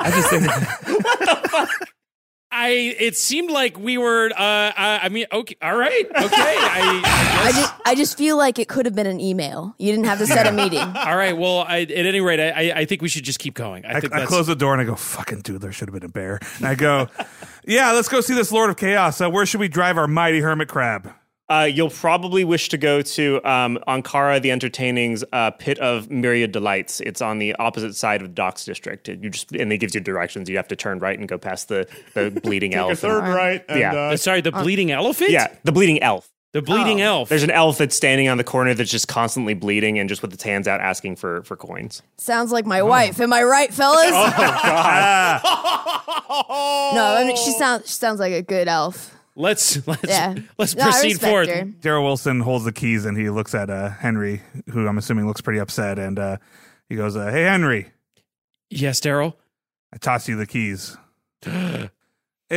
Speaker 4: I just think
Speaker 7: I it seemed like we were. Uh, I, I mean, okay, all right, okay. I, I
Speaker 6: I just, I just feel like it could have been an email. You didn't have to set a meeting.
Speaker 7: all right. Well, I, at any rate, I, I I think we should just keep going. I,
Speaker 4: I,
Speaker 7: think
Speaker 4: I
Speaker 7: that's,
Speaker 4: close the door and I go, fucking dude, there should have been a bear. And I go, yeah, let's go see this Lord of Chaos. Uh, where should we drive our mighty hermit crab?
Speaker 5: Uh, you'll probably wish to go to um, Ankara the Entertaining's uh, Pit of Myriad Delights. It's on the opposite side of Docks District. It- You just and it gives you directions. You have to turn right and go past the, the bleeding elf. and-
Speaker 8: right.
Speaker 5: Yeah.
Speaker 7: Uh, sorry, the bleeding elephant?
Speaker 5: yeah, the bleeding elf.
Speaker 7: The bleeding elf.
Speaker 5: There's an elf that's standing on the corner that's just constantly bleeding and just with its hands out asking for for coins.
Speaker 6: Sounds like
Speaker 4: Oh.
Speaker 6: my wife. Am I right, fellas?
Speaker 4: "Ah." Oh.
Speaker 6: No, I mean, she sounds she sounds like a good elf.
Speaker 7: let's let's
Speaker 6: Yeah.
Speaker 7: let's
Speaker 6: No, I
Speaker 7: proceed
Speaker 6: respect
Speaker 7: forward.
Speaker 6: her.
Speaker 4: Daryl Wilson holds the keys and he looks at uh, Henry, who I'm assuming looks pretty upset. And uh, he goes, uh, hey, Henry,
Speaker 7: Yes, Daryl.
Speaker 4: I toss you the keys. hey,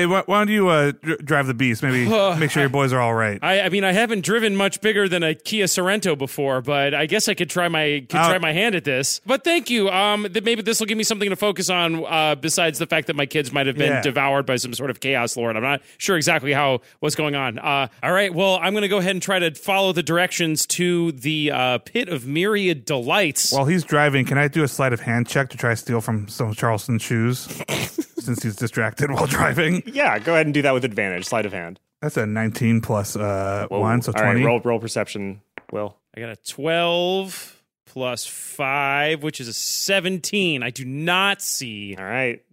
Speaker 4: why, why don't you uh, dr- drive the beast? Maybe make sure your boys are all right.
Speaker 7: I, I mean, I haven't driven much bigger than a Kia Sorento before, but I guess I could try my could
Speaker 4: Uh,
Speaker 7: try my hand at this. But thank you. Um, that maybe this will give me something to focus on. Uh, besides the fact that my kids might have been
Speaker 4: Yeah.
Speaker 7: devoured by some sort of chaos lord. I'm not sure exactly how what's going on. Uh, all right. Well, I'm going to go ahead and try to follow the directions to the uh, pit of myriad delights.
Speaker 4: While he's driving, can I do a sleight of hand check to try to steal from some Charleston shoes since he's distracted while driving?
Speaker 5: Yeah, go ahead and do that with advantage. Sleight of hand.
Speaker 4: That's a 19 plus uh,
Speaker 5: Whoa.
Speaker 4: 1, so
Speaker 5: All right,
Speaker 4: 20.
Speaker 5: roll roll perception. Will.
Speaker 7: I got a 12 plus 5, which is a 17. I do not see
Speaker 5: All right.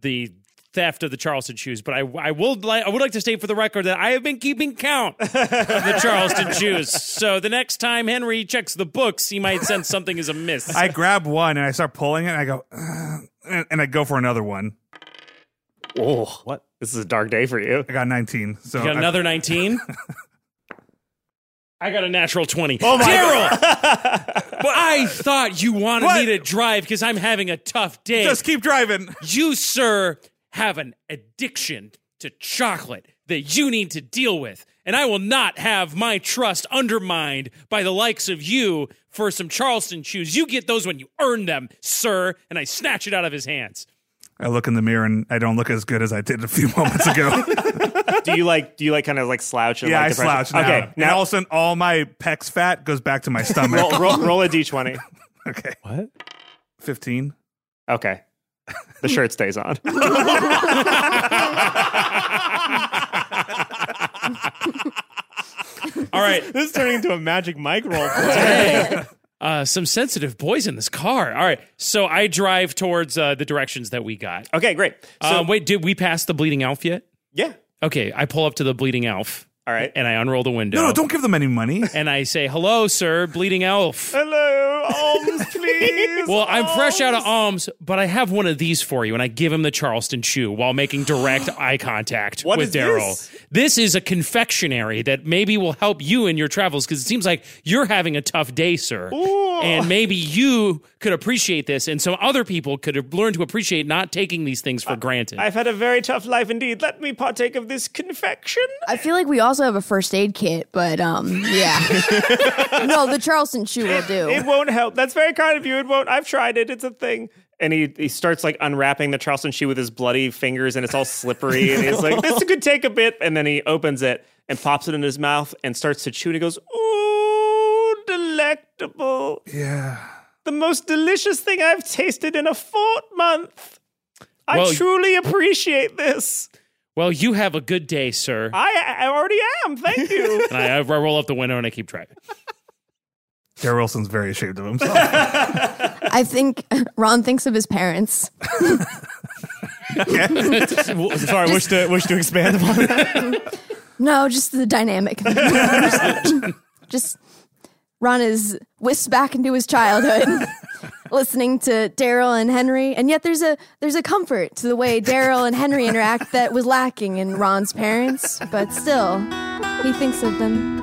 Speaker 7: the theft of the Charleston shoes, but I, I, will li- I would like to state for the record that I have been keeping count of the Charleston shoes. So the next time Henry checks the books, he might sense something is amiss.
Speaker 4: I grab one and I start pulling it and I go, "Ugh," and, and I go for another one.
Speaker 5: Oh, what? This is a dark day for you.
Speaker 4: I got 19. So
Speaker 7: you got
Speaker 4: I-
Speaker 7: another 19? I got a natural 20. Oh my Daryl! But I thought you wanted me
Speaker 4: What?
Speaker 7: to drive because I'm having a tough day.
Speaker 4: just keep driving.
Speaker 7: You, sir, have an addiction to chocolate that you need to deal with. And I will not have my trust undermined by the likes of you for some Charleston shoes. You get those when you earn them, sir. And I snatch it out of his hands.
Speaker 4: I look in the mirror and I don't look as good as I did a few moments ago.
Speaker 5: do you like do you like kind of like slouch? And
Speaker 4: yeah,
Speaker 5: like
Speaker 4: I
Speaker 5: depression?
Speaker 4: slouched. Now.
Speaker 5: Okay,
Speaker 4: now
Speaker 5: now
Speaker 4: all of a sudden, all my pecs fat goes back to my stomach.
Speaker 5: roll, roll, roll a d twenty.
Speaker 4: okay,
Speaker 2: What?
Speaker 4: fifteen.
Speaker 5: Okay, the shirt stays on.
Speaker 7: All right.
Speaker 1: This is turning into a magic mic roll.
Speaker 7: Uh, some sensitive boys in this car. All right. So I drive towards uh, the directions that we got.
Speaker 5: Okay, great. So
Speaker 7: um, wait, did we pass the bleeding elf yet?
Speaker 5: yeah,
Speaker 7: Okay. I pull up to the bleeding elf.
Speaker 5: All right.
Speaker 7: And I unroll the window.
Speaker 4: No, no, don't give them any money.
Speaker 7: And I say, hello, sir, bleeding elf.
Speaker 5: Hello, alms, please.
Speaker 7: Well, I'm fresh out of alms, but I have one of these for you. And I give him the Charleston chew while making direct eye contact
Speaker 5: What
Speaker 7: with
Speaker 5: is
Speaker 7: Daryl.
Speaker 5: this?
Speaker 7: This is a confectionery that maybe will help you in your travels because it seems like you're having a tough day, sir. And maybe you could appreciate this, and some other people could learn to appreciate not taking these things for granted.
Speaker 5: I've had a very tough life indeed. Let me partake of this confection.
Speaker 6: I feel like we also have a first aid kit, but um, yeah. no, the Charleston shoe will
Speaker 5: It
Speaker 6: do.
Speaker 5: won't help. That's very kind of you. It won't. I've tried it. It's a thing. And he, he starts like unwrapping the Charleston shoe with his bloody fingers and it's all slippery. and he's like, this could take a bit. And then he opens it and pops it in his mouth and starts to chew. And he goes, ooh, delectable.
Speaker 4: yeah.
Speaker 5: The most delicious thing I've tasted in a fortmonth. I
Speaker 7: Well,
Speaker 5: truly appreciate this.
Speaker 7: well, you have a good day, sir.
Speaker 5: I, I already am. Thank you.
Speaker 7: and I, I roll up the window and I keep driving.
Speaker 4: Darrell Wilson's very ashamed of himself.
Speaker 6: I think Ron thinks of his parents.
Speaker 1: W- Sorry, wish to wish to expand upon that.
Speaker 6: No, just the dynamic. Just- just Ron is whisked back into his childhood, listening to Daryl and Henry, and yet there's a there's a comfort to the way Daryl and Henry interact that was lacking in Ron's parents. But still, he thinks of them.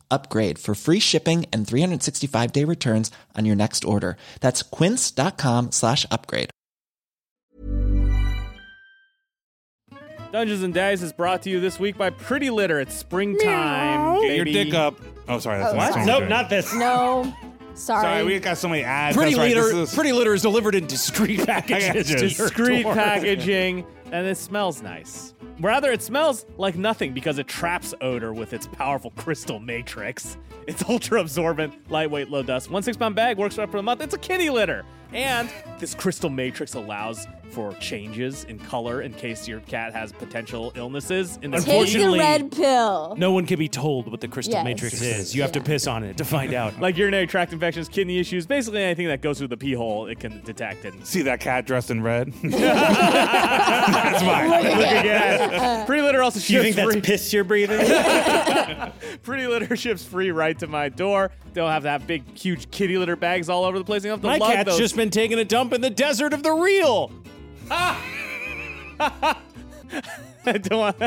Speaker 10: upgrade for free shipping and 365 day returns on your next order. That's quince.com slash upgrade.
Speaker 1: Dungeons and Dice is brought to you this week by Pretty Litter. It's springtime.
Speaker 4: Get your
Speaker 1: baby.
Speaker 4: dick up. Oh, sorry. That's
Speaker 6: Oh,
Speaker 4: not
Speaker 6: sorry.
Speaker 4: what we're
Speaker 5: nope,
Speaker 4: doing.
Speaker 5: not this.
Speaker 6: No, sorry.
Speaker 4: Sorry, we got so many ads.
Speaker 7: Pretty
Speaker 4: That's right,
Speaker 7: litter,
Speaker 4: this is-
Speaker 7: pretty litter is delivered in discreet packages. to
Speaker 4: Packages.
Speaker 7: your
Speaker 1: discreet
Speaker 7: door.
Speaker 1: packaging, and it smells nice. Rather, it smells like nothing because it traps odor with its powerful crystal matrix. It's ultra absorbent, lightweight, low dust. One six pound bag works right for the month. It's a kitty litter. And this crystal matrix allows for changes in color in case your cat has potential illnesses. In the
Speaker 6: Take the
Speaker 7: Unfortunately-
Speaker 6: red pill.
Speaker 7: No one can be told what the crystal
Speaker 6: Yes.
Speaker 7: matrix is. You have to piss on it to find out.
Speaker 1: like urinary tract infections, kidney issues, basically anything that goes through the pee hole, it can detect and
Speaker 4: See that cat dressed in red?
Speaker 6: Uh,
Speaker 1: Pretty litter also
Speaker 5: Do you
Speaker 1: ships
Speaker 5: think
Speaker 1: free.
Speaker 5: that's piss you're breathing?
Speaker 1: Pretty litter ships free right to my door. Don't have to have big, huge kitty litter bags all over the place. You don't have to
Speaker 7: My
Speaker 1: lug
Speaker 7: cat's
Speaker 1: those.
Speaker 7: just been taking a dump in the desert of the real.
Speaker 1: I don't want.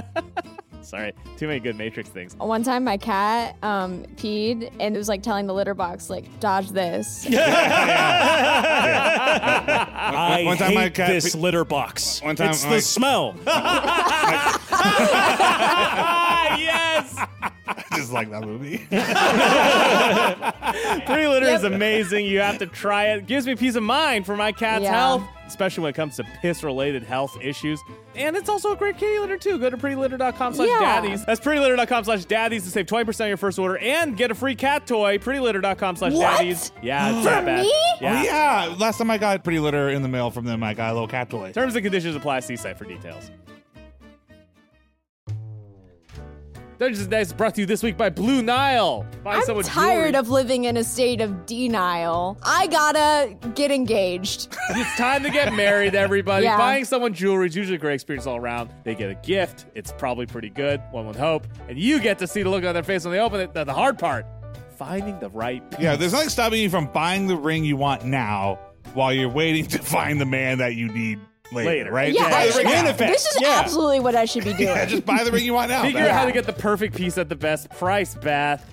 Speaker 1: Sorry, too many good Matrix things.
Speaker 11: One time my cat um, peed and it was like telling the litter box, like, dodge this.
Speaker 7: I
Speaker 4: one time
Speaker 7: hate
Speaker 4: my cat
Speaker 7: this
Speaker 4: pe-
Speaker 7: litter box.
Speaker 4: One time
Speaker 7: it's
Speaker 4: my-
Speaker 7: the smell.
Speaker 1: Ah yes,
Speaker 4: I just like that movie.
Speaker 1: pretty litter is amazing. You have to try it. Gives me peace of mind for my cat's
Speaker 11: Yeah.
Speaker 1: health, especially when it comes to piss-related health issues. And it's also a great kitty litter too. Go to
Speaker 11: Yeah.
Speaker 1: prettylitter.com/daddies. That's prettylitter.com/daddies to save twenty percent of your first order and get a free cat toy. Prettylitter.com/daddies. Yeah, it's not bad.
Speaker 11: me?
Speaker 1: Yeah.
Speaker 4: Oh, yeah. Last time I got pretty litter in the mail from them, I got a little cat toy.
Speaker 1: Terms and conditions apply. See site for details. Dungeons and Dice is brought to you this week by Blue Nile. Buy
Speaker 11: I'm
Speaker 1: someone
Speaker 11: tired
Speaker 1: jewelry.
Speaker 11: of living in a state of denial. I gotta get engaged.
Speaker 1: It's time to get married, everybody.
Speaker 11: Yeah.
Speaker 1: Buying someone jewelry is usually a great experience all around. They get a gift. It's probably pretty good. One would hope, and you get to see the look on their face when they open it. The, the hard part, finding the right. Piece.
Speaker 4: Yeah, there's nothing stopping you from buying the ring you want now
Speaker 12: while you're waiting to find the man that you need later, right?
Speaker 11: Yeah,
Speaker 12: Buy the
Speaker 11: I-
Speaker 12: ring
Speaker 11: yeah.
Speaker 12: in effect.
Speaker 11: this is
Speaker 12: Yeah.
Speaker 11: absolutely what I should be doing.
Speaker 12: Yeah, just buy the ring you want now.
Speaker 1: Figure out how to get the perfect piece at the best price, Bath.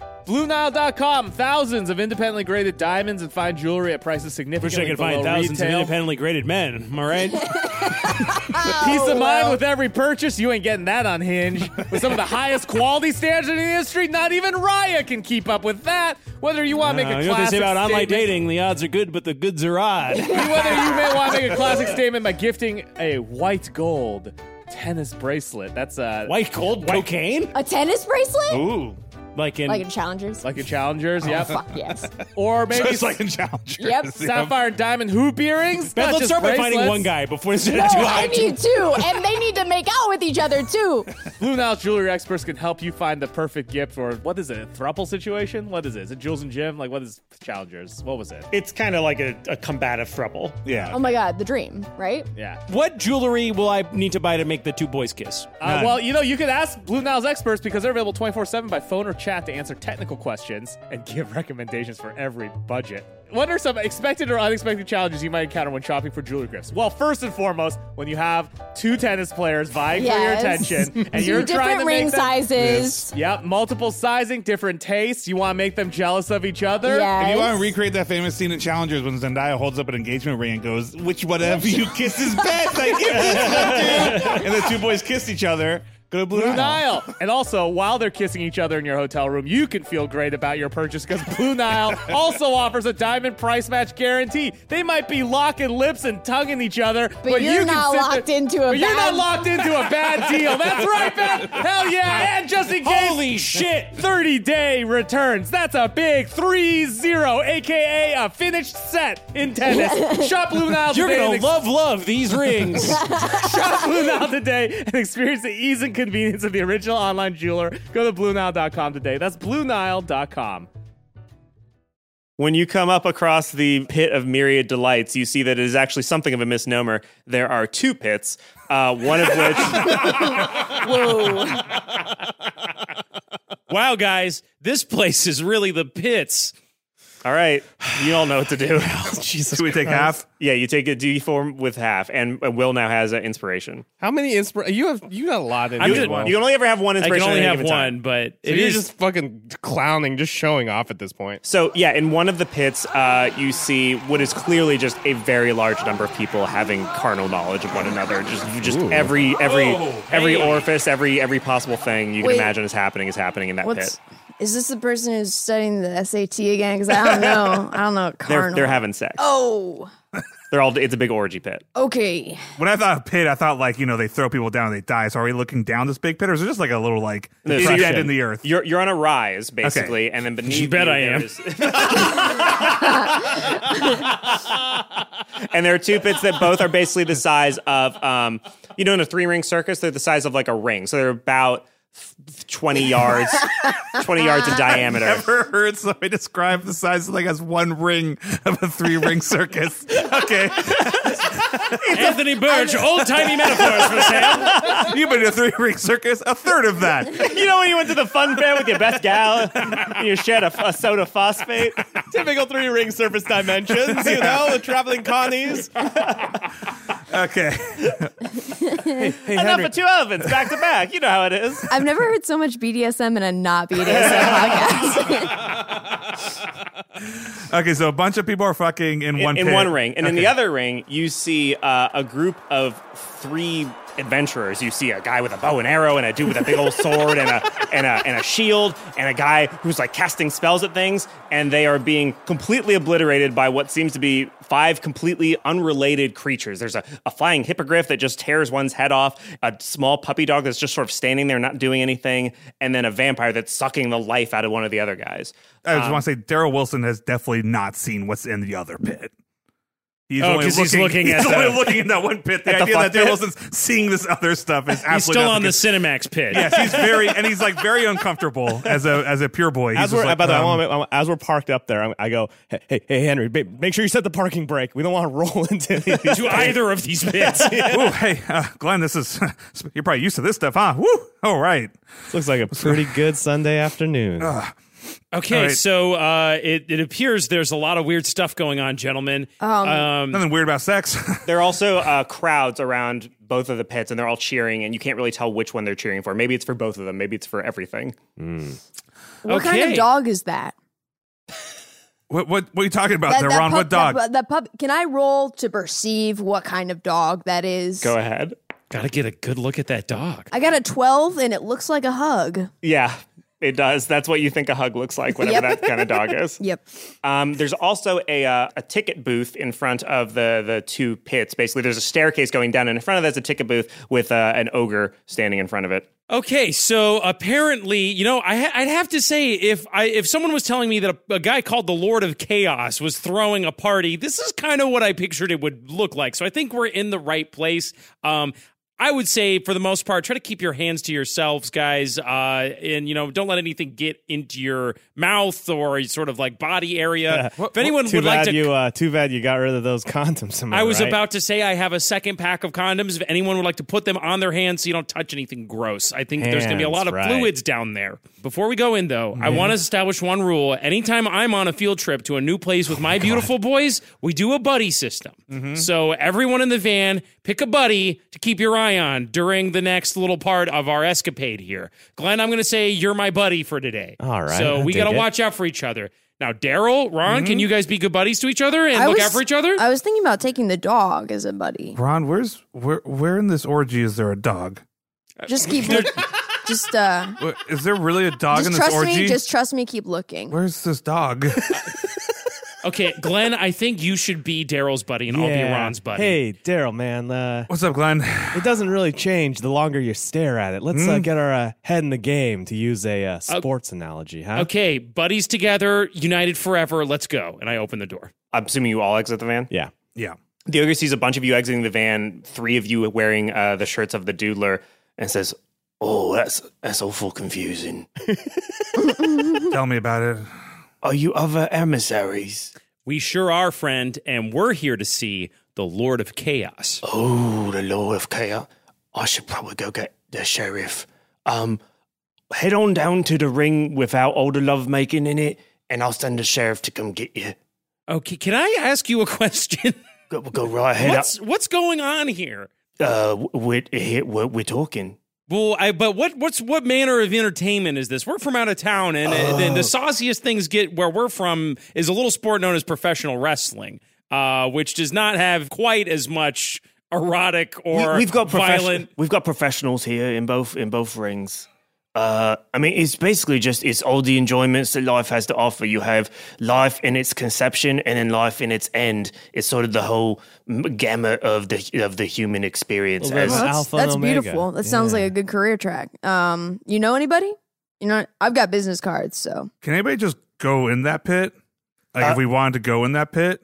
Speaker 1: BlueNile.com. Thousands of independently graded diamonds and fine jewelry at prices
Speaker 7: Wish
Speaker 1: significantly
Speaker 7: I could
Speaker 1: below
Speaker 7: find thousands
Speaker 1: retail.
Speaker 7: of independently graded men. Am I right?
Speaker 1: Peace of mind with every purchase. You ain't getting that on Hinge. With some of the highest quality standards in the industry, not even Raya can keep up with that. Whether you want to make
Speaker 7: Uh,
Speaker 1: a
Speaker 7: you know what they
Speaker 1: classic
Speaker 7: say about online
Speaker 1: statement-
Speaker 7: dating? The odds are good, but the goods are odd.
Speaker 1: Whether you may want to make a classic statement by gifting a white gold tennis bracelet. That's a
Speaker 7: white gold cocaine.
Speaker 11: A tennis bracelet?
Speaker 1: Ooh,
Speaker 7: like in
Speaker 11: Like in Challengers?
Speaker 1: like in challengers.
Speaker 11: Oh,
Speaker 1: yep.
Speaker 11: fuck yes.
Speaker 1: Or maybe
Speaker 12: Just like in challengers.
Speaker 11: Yep.
Speaker 1: Sapphire and diamond hoop earrings.
Speaker 7: Ben,
Speaker 1: not
Speaker 7: let's
Speaker 1: just
Speaker 7: start by finding
Speaker 1: bracelets.
Speaker 7: one guy before it's
Speaker 11: No, I need two, and they need to make out with each other too.
Speaker 1: Blue Nile jewelry experts can help you find the perfect gift or what is it? A thruple situation? What is it? Is it Jules and Jim? Like what is Challengers? What was it?
Speaker 13: It's kind of like a, a combative throuple.
Speaker 12: Yeah.
Speaker 11: Oh my god, the dream, right?
Speaker 1: Yeah.
Speaker 7: What jewelry will I need to buy to make the two boys kiss?
Speaker 1: Uh, well, you know, you could ask Blue Nile's experts because they're available 24 7 by phone or chat to answer technical questions and give recommendations for every budget. What are some expected or unexpected challenges you might encounter when shopping for jewelry gifts? Well, first and foremost, when you have two tennis players vying
Speaker 11: Yes.
Speaker 1: for your attention and
Speaker 11: Two
Speaker 1: you're trying
Speaker 11: different
Speaker 1: to
Speaker 11: ring
Speaker 1: make them-
Speaker 11: sizes.
Speaker 1: Yep, multiple sizing, different tastes. You want to make them jealous of each other.
Speaker 12: If you want to recreate that famous scene at Challengers when Zendaya holds up an engagement ring and goes, "Which one of you kisses best?" I give this one to," and the two boys kiss each other. Go to Blue,
Speaker 1: Blue
Speaker 12: Nile.
Speaker 1: Nile. And also, while they're kissing each other in your hotel room, you can feel great about your purchase because Blue Nile also offers a diamond price match guarantee. They might be locking lips and tonguing each other, but,
Speaker 11: you're
Speaker 1: you can
Speaker 11: not
Speaker 1: sit there-
Speaker 11: locked into a
Speaker 1: But you're not
Speaker 11: bad-
Speaker 1: locked into a bad deal. That's right, Ben. Hell yeah! And just in case,
Speaker 7: Holy shit,
Speaker 1: 30 day returns. That's a big 3-0, aka a finished set in tennis. Shop Blue Nile.
Speaker 7: You're
Speaker 1: today
Speaker 7: gonna
Speaker 1: and ex-
Speaker 7: love love these rings.
Speaker 1: Shop Blue Nile today and experience the ease and convenience of the original online jeweler. Go to BlueNile.com today. That's BlueNile.com.
Speaker 5: When you come up across the pit of myriad delights, you see that it is actually something of a misnomer. There are two pits, uh, one of which.
Speaker 11: Whoa.
Speaker 7: wow, guys, this place is really the pits. Oh,
Speaker 5: All right, you all know what to do.
Speaker 7: Jesus,
Speaker 4: we take half?
Speaker 5: Yeah, you take a D form with half, and uh, Will now has an inspiration.
Speaker 2: How many inspira? You have you got a lot in
Speaker 5: I'm
Speaker 2: you.
Speaker 5: just- you can only ever have one inspiration
Speaker 2: I can only
Speaker 5: at any
Speaker 2: have
Speaker 5: given time.
Speaker 2: one,
Speaker 7: but
Speaker 2: so
Speaker 5: it
Speaker 2: you're
Speaker 5: is-
Speaker 2: just fucking clowning, just showing off at this point.
Speaker 5: So yeah, in one of the pits, uh, you see what is clearly just a very large number of people having carnal knowledge of one another. Just, just
Speaker 13: Ooh.
Speaker 5: every, every,
Speaker 13: Oh,
Speaker 5: every
Speaker 13: hey.
Speaker 5: orifice, every, every possible thing you can
Speaker 6: Wait.
Speaker 5: imagine is happening is happening in that
Speaker 6: What's
Speaker 5: pit.
Speaker 6: is this the person who's studying the SAT again? Because I don't know. I don't know.
Speaker 5: They're,
Speaker 6: Carnal.
Speaker 5: they're having sex.
Speaker 6: Oh,
Speaker 5: They're all. It's a big orgy pit.
Speaker 6: okay.
Speaker 4: When I thought pit, I thought like you know they throw people down and they die. So are we looking down this big pit, or is it just like a little like
Speaker 5: No,
Speaker 4: dead
Speaker 5: so you're-
Speaker 4: in the earth?
Speaker 5: You're, you're on a rise basically, and then beneath.
Speaker 4: bet
Speaker 5: you,
Speaker 4: I
Speaker 5: there
Speaker 4: am.
Speaker 5: is- and there are two pits that both are basically the size of, um, you know, in a three ring circus, they're the size of like a ring. So they're about twenty yards, twenty yards in diameter.
Speaker 4: I've never heard somebody describe the size of like as one ring of a three ring circus. Okay,
Speaker 7: Anthony Birch, old timey metaphors for sale.
Speaker 4: You've been to a three ring circus, a third of that.
Speaker 5: You know when you went to the fun fair with your best gal and you shared a, a soda phosphate?
Speaker 1: Typical three ring surface dimensions,
Speaker 5: you know,
Speaker 1: the traveling connies.
Speaker 4: Okay.
Speaker 5: Enough of two ovens back to back. You know how it is.
Speaker 6: I've never heard so much BDSM in a not BDSM podcast.
Speaker 4: Okay, so a bunch of people are fucking in,
Speaker 5: in,
Speaker 4: one
Speaker 5: in
Speaker 4: pit.
Speaker 5: one ring, and in the
Speaker 4: Okay.
Speaker 5: other ring, you see uh, a group of three adventurers. You see a guy with a bow and arrow, and a dude with a big old sword, and a and a and a shield, and a guy who's like casting spells at things, and they are being completely obliterated by what seems to be five completely unrelated creatures. There's a, a flying hippogriff that just tears one's head off, a small puppy dog that's just sort of standing there not doing anything, and then a vampire that's sucking the life out of one of the other guys.
Speaker 4: I just
Speaker 5: Um,
Speaker 4: want to say Daryl Wilson has definitely not seen what's in the other pit. He's
Speaker 7: Oh,
Speaker 4: only
Speaker 7: 'cause he's looking
Speaker 4: he's
Speaker 7: at
Speaker 4: only
Speaker 7: the-
Speaker 4: looking in that one pit. The
Speaker 7: at the
Speaker 4: idea that
Speaker 7: fuck
Speaker 4: Daryl
Speaker 7: pit?
Speaker 4: Wilson's seeing this other stuff is absolutely
Speaker 7: He's still
Speaker 4: not
Speaker 7: on the
Speaker 4: case.
Speaker 7: Cinemax pit.
Speaker 4: Yes, he's very and he's like very uncomfortable as a as a pure boy. He's
Speaker 2: As we're,
Speaker 4: just like,
Speaker 2: by the way, I
Speaker 4: um,
Speaker 2: wanna- I wanna- as we're parked up there, I'm- I go, hey, hey, hey, Henry, ba- make sure you set the parking brake. We don't want to roll into these
Speaker 7: To either of these pits.
Speaker 4: Ooh, hey, uh, Glenn, this is you're probably used to this stuff, huh? Woo! All right.
Speaker 2: Looks like a pretty good Sunday afternoon.
Speaker 4: Ugh.
Speaker 7: Okay,
Speaker 13: All right.
Speaker 7: so uh, it, it appears there's a lot of weird stuff going on, gentlemen.
Speaker 6: Um,
Speaker 4: Nothing weird about sex.
Speaker 5: there are also uh, crowds around both of the pits, and they're all cheering, and you can't really tell which one they're cheering for. Maybe it's for both of them. Maybe it's for everything.
Speaker 4: Mm.
Speaker 6: What kind
Speaker 5: Okay.
Speaker 6: of dog is that?
Speaker 4: What what what are you talking about
Speaker 6: that,
Speaker 4: there,
Speaker 6: that
Speaker 4: Ron?
Speaker 6: pup-
Speaker 4: what dog?
Speaker 6: That, that pup. Can I roll to perceive what kind of dog that is?
Speaker 7: Go ahead. Got to get a good look at that dog.
Speaker 6: I got a 12 and it looks like a hug.
Speaker 5: Yeah, it does. That's what you think a hug looks like, whatever
Speaker 6: Yep.
Speaker 5: that kind of dog is.
Speaker 6: Yep.
Speaker 5: Um, there's also a uh, a ticket booth in front of the the two pits. Basically, there's a staircase going down, and in front of that's a ticket booth with uh, an ogre standing in front of it.
Speaker 7: Okay, so apparently, you know, I, ha- I'd have to say if I if someone was telling me that a, a guy called the Lord of Chaos was throwing a party, this is kind of what I pictured it would look like. So I think we're in the right place. Um, I would say for the most part, try to keep your hands to yourselves, guys, uh, and you know, don't let anything get into your mouth or sort of like body area. if anyone
Speaker 2: too
Speaker 7: would
Speaker 2: bad
Speaker 7: like to
Speaker 2: you, uh, too bad you got rid of those condoms. am
Speaker 7: I was
Speaker 2: right?
Speaker 7: about to say I have a second pack of condoms. If anyone would like to put them on their hands, so you don't touch anything gross. I think there's going to be a lot
Speaker 2: Hands,
Speaker 7: of
Speaker 2: right.
Speaker 7: fluids down there. Before we go in, though,
Speaker 5: Mm-hmm.
Speaker 7: I want to establish one rule. Anytime I'm on a field trip to a new place
Speaker 2: Oh
Speaker 7: with my beautiful boys, we do a buddy system.
Speaker 2: Mm-hmm.
Speaker 1: Mm-hmm.
Speaker 7: So everyone in the van pick a buddy to keep your eye on during the next little part of our escapade here. Glenn, I'm going to say you're my buddy for today.
Speaker 2: All right,
Speaker 7: So
Speaker 2: I
Speaker 7: we
Speaker 2: dig
Speaker 7: got to
Speaker 2: it. Mm-hmm.
Speaker 7: watch out for each other. Now, Daryl, Ron, can you guys be good buddies to each other and
Speaker 6: I
Speaker 7: look
Speaker 6: was-
Speaker 7: out for each other?
Speaker 6: I was thinking about taking the dog as a buddy.
Speaker 4: Ron, where's where where in this orgy is there a dog?
Speaker 6: Just keep just uh
Speaker 4: Where- Is there really a dog in
Speaker 6: just
Speaker 4: this
Speaker 6: trust
Speaker 4: orgy?
Speaker 6: me, just trust me, keep looking.
Speaker 4: Where's this dog?
Speaker 7: Okay, Glenn, I think you should be Daryl's buddy and I'll be
Speaker 2: Yeah.
Speaker 7: Ron's buddy.
Speaker 2: Hey, Daryl, man. Uh,
Speaker 4: What's up, Glenn?
Speaker 2: It doesn't really change the longer you stare at it. Let's uh,
Speaker 7: Hmm?
Speaker 2: get our uh, head in the game, to use a uh, sports analogy, huh?
Speaker 7: Okay, buddies together, united forever, let's go. And I open the door.
Speaker 5: I'm assuming you all exit the van.
Speaker 2: Yeah.
Speaker 4: Yeah.
Speaker 5: The ogre sees a bunch of you exiting the van, three of you wearing uh, the shirts of the doodler, and says, "Oh, that's that's awful confusing."
Speaker 4: Tell me about it.
Speaker 5: Are you other emissaries?
Speaker 7: We sure are, friend, and we're here to see the Lord of Chaos.
Speaker 5: Oh, the Lord of Chaos. I should probably go get the sheriff. Um, head on down to the ring without all the lovemaking in it, and I'll send the sheriff to come get you.
Speaker 7: Okay, can I ask you a question?
Speaker 5: Go, go right ahead.
Speaker 7: What's what's going on here?
Speaker 5: Uh, we're, here- we're, we're talking.
Speaker 7: Well, I but what what's what manner of entertainment is this? We're from out of town, and uh, the,
Speaker 6: Oh.
Speaker 7: the sauciest things get where we're from is a little sport known as professional wrestling, uh, which does not have quite as much erotic or
Speaker 5: we, have got profes-
Speaker 7: violent.
Speaker 5: We've got professionals here in both in both rings. Uh, I mean, it's basically just it's all the enjoyments that life has to offer. You have life in its conception, and then life in its end. It's sort of the whole m- gamut of the of the human experience.
Speaker 6: Well,
Speaker 5: as-
Speaker 6: that's that's beautiful. That sounds like a good career track. Um, you know anybody? You know, I've got business cards, so
Speaker 4: Can anybody just go in that pit? Like if we wanted to go in that pit?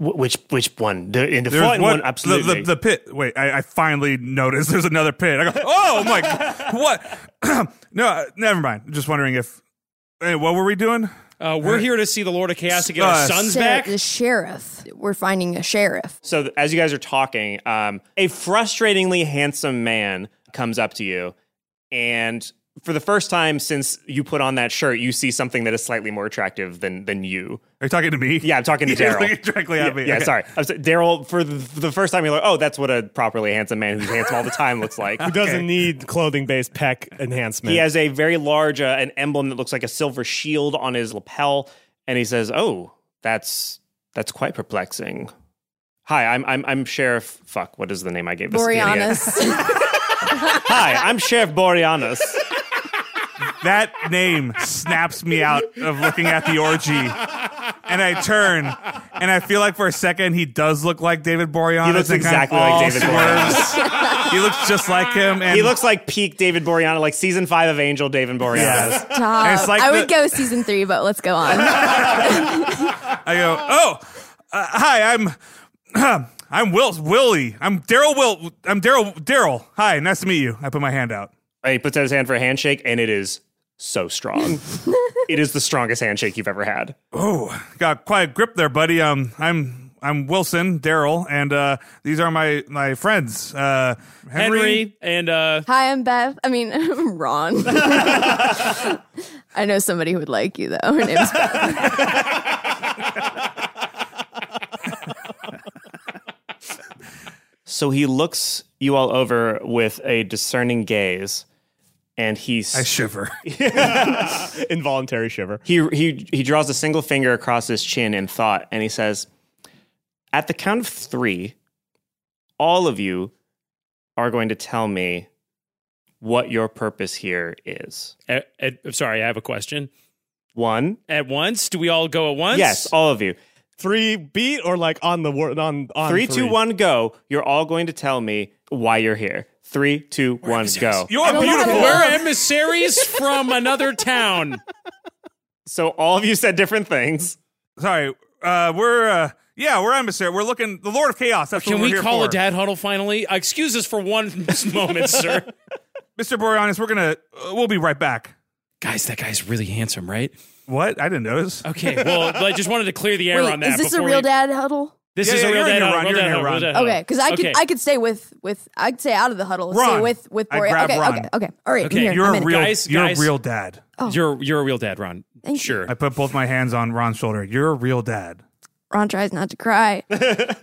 Speaker 5: Uh, Which which one? The in the
Speaker 4: There's
Speaker 5: fighting one,
Speaker 4: the-
Speaker 5: absolutely.
Speaker 4: The, the, pit. Wait, I, I finally noticed there's another pit. I go, oh my, g- what? no, uh, never mind. Just wondering if. Hey, what were we doing? uh,
Speaker 7: Uh, we're here to see the Lord of Chaos to get our sons
Speaker 6: Sarah-
Speaker 7: back.
Speaker 6: The sheriff. We're finding a sheriff.
Speaker 5: So th- as you guys are talking, um, a frustratingly handsome man comes up to you, and for the first time since you put on that shirt, you see something that is slightly more attractive than than you.
Speaker 4: Are you talking to me?
Speaker 5: Yeah, I'm talking to
Speaker 4: He's
Speaker 5: Daryl.
Speaker 4: looking directly at
Speaker 5: yeah,
Speaker 4: me.
Speaker 5: yeah,
Speaker 4: Okay.
Speaker 5: sorry. I'm so- Daryl, for the, for the first time, you're like, oh, that's what a properly handsome man who's handsome all the time looks like.
Speaker 2: Who doesn't need clothing based pec enhancement?
Speaker 5: He has a very large, uh, an emblem that looks like a silver shield on his lapel, and he says, "Oh, that's that's quite perplexing." Hi, I'm I'm, I'm Sheriff. Fuck, what is the name I gave this idiot?
Speaker 6: Boreanaz.
Speaker 5: Hi, I'm Sheriff Boreanaz.
Speaker 4: That name snaps me out of looking at the orgy. And I turn, and I feel like for a second he does look like David Boreanaz.
Speaker 5: He looks
Speaker 4: and kind of
Speaker 5: exactly like
Speaker 4: all
Speaker 5: David
Speaker 4: swerves. he looks just like him. And
Speaker 5: he looks like peak David Boreanaz, like season five of Angel David Boreanaz.
Speaker 6: Stop.
Speaker 4: And it's like
Speaker 6: I
Speaker 4: the-
Speaker 6: would go season three, but let's go on.
Speaker 4: I go, oh, uh, hi, I'm, I'm Will Willie. I'm Daryl Will. I'm Daryl Daryl. Hi, nice to meet you. I put my hand out.
Speaker 5: And he puts out his hand for a handshake, and it is so strong. it is the strongest handshake you've ever had.
Speaker 4: Oh, got quite a grip there, buddy. Um, I'm I'm Wilson, Daryl, and uh, these are my my friends. Uh, Henry,
Speaker 7: Henry and uh,
Speaker 6: Hi, I'm Beth. I mean, I'm Ron. I know somebody who would like you, though. Her name's Beth.
Speaker 5: So he looks you all over with a discerning gaze, and he. I
Speaker 4: shiver.
Speaker 2: Involuntary shiver.
Speaker 5: He he he draws a single finger across his chin in thought, and he says, "At the count of three, all of you are going to tell me what your purpose here is."
Speaker 7: I'm sorry, I have a question.
Speaker 5: One.
Speaker 7: At once? Do we all go at once?
Speaker 5: Yes, all of you.
Speaker 2: Three beat or like on the word on on
Speaker 5: Three, two, one, go. You're all going to tell me why you're here. Three, two, one, go.
Speaker 7: We're emissaries from another town.
Speaker 5: So all of you said different things.
Speaker 4: Sorry, uh, we're uh, yeah, we're emissary. We're looking the Lord of Chaos. That's
Speaker 7: Can
Speaker 4: what we're
Speaker 7: we
Speaker 4: here
Speaker 7: call
Speaker 4: for.
Speaker 7: a dad huddle finally? Uh, Excuse us for one moment, sir.
Speaker 4: Mr. Boreanis, we're gonna uh, we'll be right back.
Speaker 7: Guys, that guy's really handsome, right?
Speaker 4: What? I didn't notice.
Speaker 7: Okay, well, I just wanted to clear the air
Speaker 6: Wait,
Speaker 7: on that.
Speaker 6: is this a
Speaker 7: before
Speaker 6: real
Speaker 7: we-
Speaker 6: dad huddle?
Speaker 7: This
Speaker 4: Yeah,
Speaker 7: is
Speaker 4: yeah,
Speaker 7: a real
Speaker 4: you're in
Speaker 7: dad
Speaker 4: your
Speaker 7: huddle.
Speaker 4: run,
Speaker 7: Real
Speaker 4: you're in
Speaker 7: dad
Speaker 4: your
Speaker 7: huddle, real
Speaker 4: run.
Speaker 7: dad huddle.
Speaker 6: Okay, because I could I could stay with with I could stay out of the huddle. Stay
Speaker 7: Ron.
Speaker 6: with with
Speaker 7: I'd
Speaker 6: Borea.
Speaker 7: grab
Speaker 6: Okay,
Speaker 7: Ron.
Speaker 6: okay, okay. All right,
Speaker 7: Okay,
Speaker 6: I'm here.
Speaker 7: you're
Speaker 6: I'm
Speaker 7: a
Speaker 6: in. Oh.
Speaker 7: real- Guys,
Speaker 4: You're
Speaker 7: guys.
Speaker 4: a real dad.
Speaker 7: You're you're a real dad, Ron. sure.
Speaker 4: I put both my hands on Ron's shoulder. You're a real dad.
Speaker 6: Ron tries not to cry.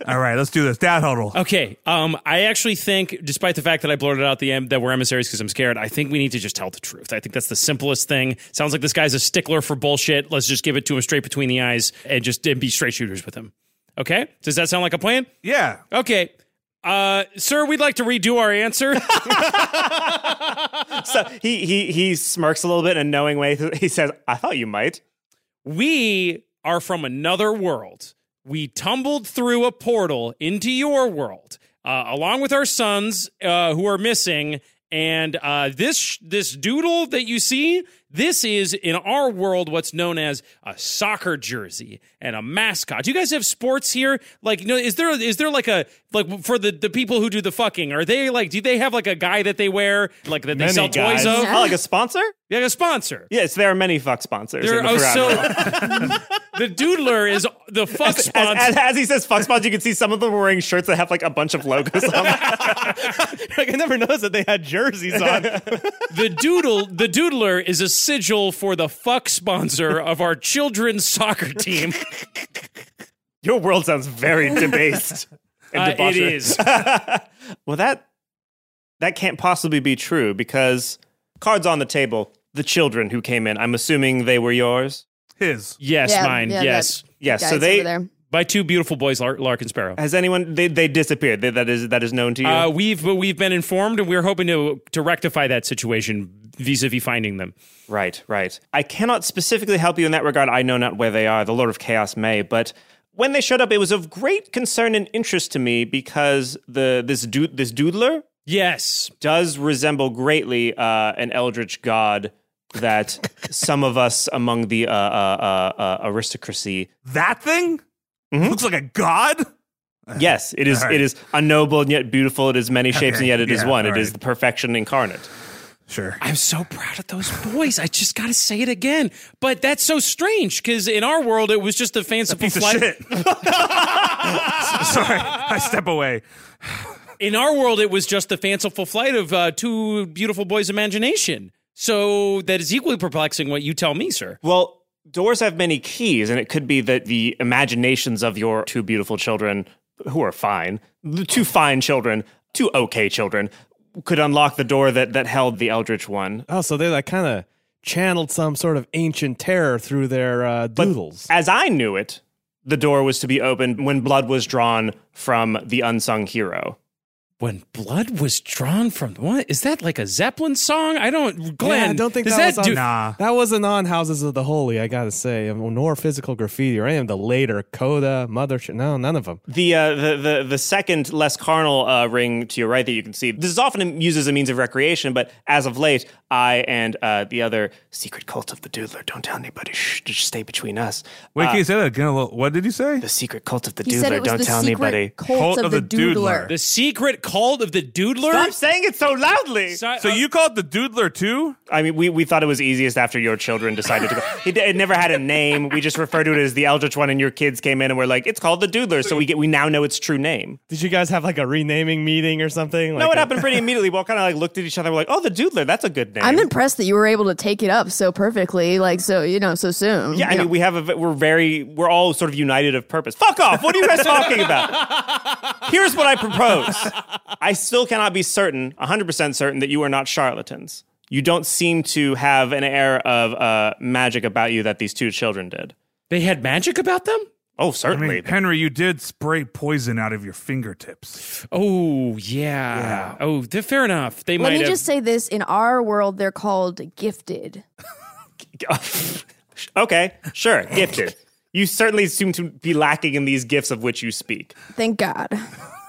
Speaker 4: All right, let's do this. Dad huddle.
Speaker 7: Okay. Um, I actually think, despite the fact that I blurted out the em- that we're emissaries because I'm scared, I think we need to just tell the truth. I think that's the simplest thing. Sounds like this guy's a stickler for bullshit. Let's just give it to him straight between the eyes and just and be straight shooters with him. Okay. Does that sound like a plan?
Speaker 4: Yeah.
Speaker 7: Okay. Uh, sir, we'd like to redo our answer.
Speaker 5: so he he he smirks a little bit in a knowing way. He says, "I thought you might."
Speaker 7: we are from another world. We tumbled through a portal into your world, uh, along with our sons uh, who are missing. And uh, this this doodle that you see, this is in our world what's known as a soccer jersey and a mascot. Do you guys have sports here? Like, you know, is there is there like a like for the the people who do the fucking? Are they like do they have like a guy that they wear like that they
Speaker 5: Many
Speaker 7: sell
Speaker 5: guys.
Speaker 7: toys of?
Speaker 5: Oh, like a sponsor?
Speaker 7: Yeah, a sponsor.
Speaker 5: Yes, there are many fuck sponsors.
Speaker 7: There-
Speaker 5: in the
Speaker 7: oh,
Speaker 5: Piranha.
Speaker 7: the doodler is the fuck
Speaker 5: as,
Speaker 7: sponsor.
Speaker 5: as- as he says fuck sponsor, you can see some of them wearing shirts that have like a bunch of logos on them.
Speaker 2: like I never noticed that they had jerseys on.
Speaker 7: the doodle the doodler is a sigil for the fuck sponsor of our children's soccer team.
Speaker 5: Your world sounds very debased. and
Speaker 7: Uh, it
Speaker 5: debauchery.
Speaker 7: is.
Speaker 5: well, that that can't possibly be true because cards on the table. The children who came in, I'm assuming they were yours.
Speaker 4: His.
Speaker 7: Yes,
Speaker 5: Yeah,
Speaker 7: mine.
Speaker 5: yeah,
Speaker 7: yes.
Speaker 5: that Yes, so guy's they- over
Speaker 6: there.
Speaker 7: by two beautiful boys, Lark, Lark and Sparrow.
Speaker 5: Has anyone? They, they disappeared. They- that is that is known to you.
Speaker 7: Uh, we've but we've been informed, and we're hoping to to rectify that situation vis-a-vis finding them.
Speaker 5: Right, right. I cannot specifically help you in that regard. I know not where they are. The Lord of Chaos may, but when they showed up, it was of great concern and interest to me because the this do, this doodler,
Speaker 7: yes,
Speaker 5: does resemble greatly uh, an eldritch god that some of us among the uh, uh, uh, uh, aristocracy.
Speaker 4: That thing
Speaker 7: Mm-hmm.
Speaker 4: looks like a god.
Speaker 5: Yes, it is.
Speaker 4: Uh, All right.
Speaker 5: It is unnoble and yet beautiful. It is many shapes and
Speaker 4: Okay,
Speaker 5: yet it is
Speaker 4: yeah,
Speaker 5: one. It is
Speaker 4: all
Speaker 5: the perfection incarnate.
Speaker 4: Sure.
Speaker 7: I'm so proud of those boys. I just got to say it again. But that's so strange because in our world, it was just a fanciful
Speaker 4: Piece of
Speaker 7: flight.
Speaker 4: shit. Sorry, I step away.
Speaker 7: In our world, it was just the fanciful flight of uh, two beautiful boys' imagination. So that is equally perplexing what you tell me, sir.
Speaker 5: Well, doors have many keys, and it could be that the imaginations of your two beautiful children, who are fine, the two fine children, two okay children, could unlock the door that, that held the Eldritch one.
Speaker 2: Oh, so they like kind of channeled some sort of ancient terror through their uh, doodles.
Speaker 5: As I knew it, the door was to be opened when blood was drawn from the unsung hero.
Speaker 7: When blood was drawn from what is that like a Zeppelin song? I don't, Glenn.
Speaker 2: yeah, I don't think
Speaker 7: does
Speaker 2: that, was on,
Speaker 7: do-
Speaker 2: That wasn't on Houses of the Holy, I gotta say, Um, nor Physical Graffiti or any of the later Coda, Mother. No, none of them.
Speaker 5: The, uh, the the the second less carnal uh, ring to your right that you can see. This is often used as a means of recreation, but as of late, I and uh, the other secret cult of the Doodler. Don't tell anybody. Shh, just stay between us.
Speaker 4: Wait,
Speaker 5: Uh,
Speaker 4: can you say that again? A little, what did you say?
Speaker 5: The secret cult of the
Speaker 6: He said
Speaker 5: Doodler.
Speaker 6: it was
Speaker 5: Don't
Speaker 6: the
Speaker 5: tell
Speaker 6: secret
Speaker 5: anybody.
Speaker 6: cult, of, the doodler.
Speaker 7: The secret called of the doodler?
Speaker 5: Stop saying it so loudly.
Speaker 4: So you called the doodler too?
Speaker 5: I mean, we, we thought it was easiest after your children decided to go. It, it never had a name. We just referred to it as the Eldritch one, and your kids came in and were like, "It's called the Doodler." So we get we now know its true name.
Speaker 2: Did you guys have like a renaming meeting or something?
Speaker 5: no,
Speaker 2: Like
Speaker 5: it
Speaker 2: a-
Speaker 5: happened pretty immediately. We all kind of like looked at each other, we're like, "Oh, the Doodler, that's a good name."
Speaker 6: I'm impressed that you were able to take it up so perfectly, like so you know so soon.
Speaker 5: yeah, I
Speaker 6: You
Speaker 5: mean,
Speaker 6: know.
Speaker 5: we have a, we're very we're all sort of united of purpose. Fuck off! What are you guys talking about? Here's what I propose. I still cannot be certain, 100 percent certain, that you are not charlatans. You don't seem to have an air of uh, magic about you that these two children did.
Speaker 7: They had magic about them?
Speaker 5: Oh,
Speaker 4: I
Speaker 5: certainly.
Speaker 4: mean, Henry, you did spray poison out of your fingertips.
Speaker 7: Oh yeah. Oh, th- fair enough. They
Speaker 6: Let
Speaker 7: might
Speaker 6: me
Speaker 7: have.
Speaker 6: just say this: in our world, they're called gifted.
Speaker 5: okay, sure, gifted. You certainly seem to be lacking in these gifts of which you speak.
Speaker 6: Thank God.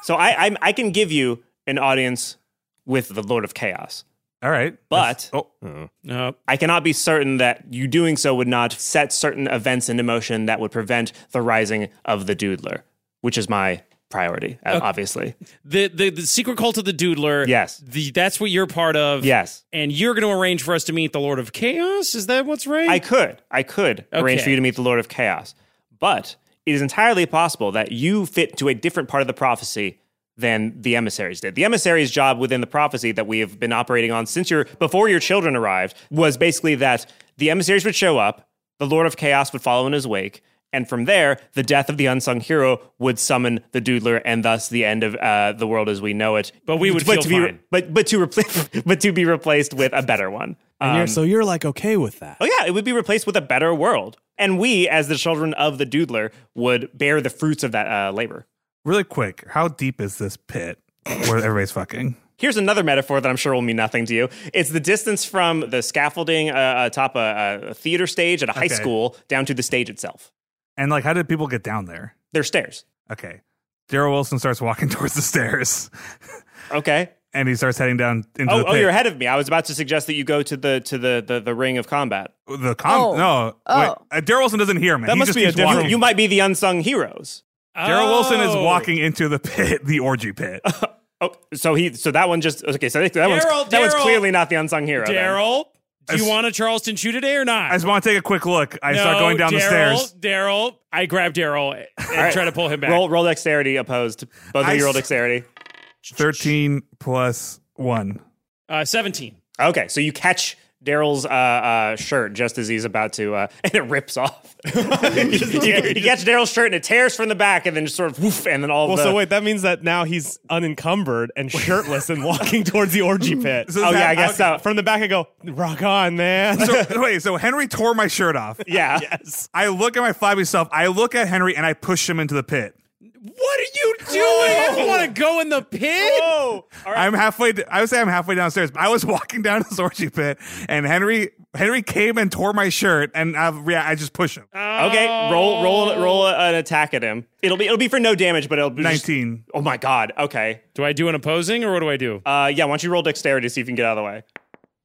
Speaker 5: So I, I, I can give you an audience with the Lord of Chaos.
Speaker 4: All right,
Speaker 5: but
Speaker 7: oh.
Speaker 5: I cannot be certain that you doing so would not set certain events into motion that would prevent the rising of the Doodler, which is my priority, uh,
Speaker 7: Okay.
Speaker 5: obviously.
Speaker 7: the, the the secret cult of the doodler.
Speaker 5: Yes.
Speaker 7: The, that's what you're part of.
Speaker 5: Yes.
Speaker 7: And you're going to arrange for us to meet the Lord of Chaos. Is that what's right?
Speaker 5: I could, I could arrange
Speaker 7: Okay.
Speaker 5: for you to meet the Lord of Chaos, but it is entirely possible that you fit to a different part of the prophecy than the emissaries did. The emissaries' job within the prophecy that we have been operating on since your before your children arrived was basically that the emissaries would show up, the Lord of Chaos would follow in his wake. And from there, the death of the unsung hero would summon the Doodler, and thus the end of uh, the world as we know it. But
Speaker 7: we would feel
Speaker 5: to be,
Speaker 7: fine.
Speaker 5: But but to replace, but to be replaced with a better one.
Speaker 2: And you're,
Speaker 5: Um,
Speaker 2: so you're like okay with that.
Speaker 5: Oh yeah, it would be replaced with a better world, and we, as the children of the Doodler, would bear the fruits of that uh, labor.
Speaker 4: Really quick, how deep is this pit where everybody's fucking?
Speaker 5: Here's another metaphor that I'm sure will mean nothing to you. It's the distance from the scaffolding uh, atop a, a theater stage at a high
Speaker 4: Okay.
Speaker 5: school down to the stage itself.
Speaker 4: And like, how did people get down there?
Speaker 5: There's stairs.
Speaker 4: Okay. Daryl Wilson starts walking towards the stairs.
Speaker 5: Okay.
Speaker 4: And he starts heading down into
Speaker 5: Oh,
Speaker 4: the pit.
Speaker 5: oh, you're ahead of me. I was about to suggest that you go to the to the the, the ring of combat.
Speaker 4: The com-
Speaker 5: Oh.
Speaker 4: No. Wait.
Speaker 5: Oh.
Speaker 4: Uh, Daryl Wilson doesn't hear me.
Speaker 5: That
Speaker 4: he
Speaker 5: must
Speaker 4: just
Speaker 5: be a
Speaker 4: keeps
Speaker 5: different.
Speaker 4: walking.
Speaker 5: You might be the unsung heroes.
Speaker 4: Daryl Wilson is walking into the pit, the orgy pit.
Speaker 5: Oh, so he so that one just okay. So that, that one's
Speaker 7: Daryl,
Speaker 5: that one's
Speaker 7: Daryl.
Speaker 5: clearly not the unsung hero. then.
Speaker 7: Daryl, do you want a Charleston chew today or not? I
Speaker 4: just want to take a quick look. I start going down the stairs.
Speaker 7: Daryl, I grab Daryl and try to pull him back.
Speaker 5: Roll roll dexterity opposed. Both
Speaker 4: I
Speaker 5: of you roll
Speaker 4: s-
Speaker 5: dexterity.
Speaker 4: 13 plus 1.
Speaker 7: Uh, 17.
Speaker 5: Okay, so you catch Daryl's uh, uh, shirt just as he's about to, uh, and it rips off. you, you catch Daryl's shirt and it tears from the back, and then just sort of woof, and then all
Speaker 2: Well,
Speaker 5: the.
Speaker 2: so wait, that means that now he's unencumbered and shirtless and walking towards the orgy pit.
Speaker 4: So Oh, that- yeah, I guess
Speaker 2: so. From the back, I go, rock on, man.
Speaker 4: So, wait, so Henry tore my shirt off.
Speaker 5: Yeah.
Speaker 4: Yes. I look at my flabby self. I look at Henry and I push him into the pit.
Speaker 7: What are you doing? You want to go in the pit?
Speaker 4: I'm halfway. d- I would say I'm halfway downstairs. But I was walking down this orgy pit, and Henry Henry came and tore my shirt, and I, yeah, I just push him.
Speaker 5: okay, roll roll roll
Speaker 7: Oh.
Speaker 5: an attack at him. It'll be it'll be for no damage, but it'll be just-
Speaker 4: Nineteen.
Speaker 5: oh my god. Okay.
Speaker 7: Do I do an opposing or what do I do?
Speaker 5: Uh, yeah. Why don't you roll dexterity to see if you can get out of the way?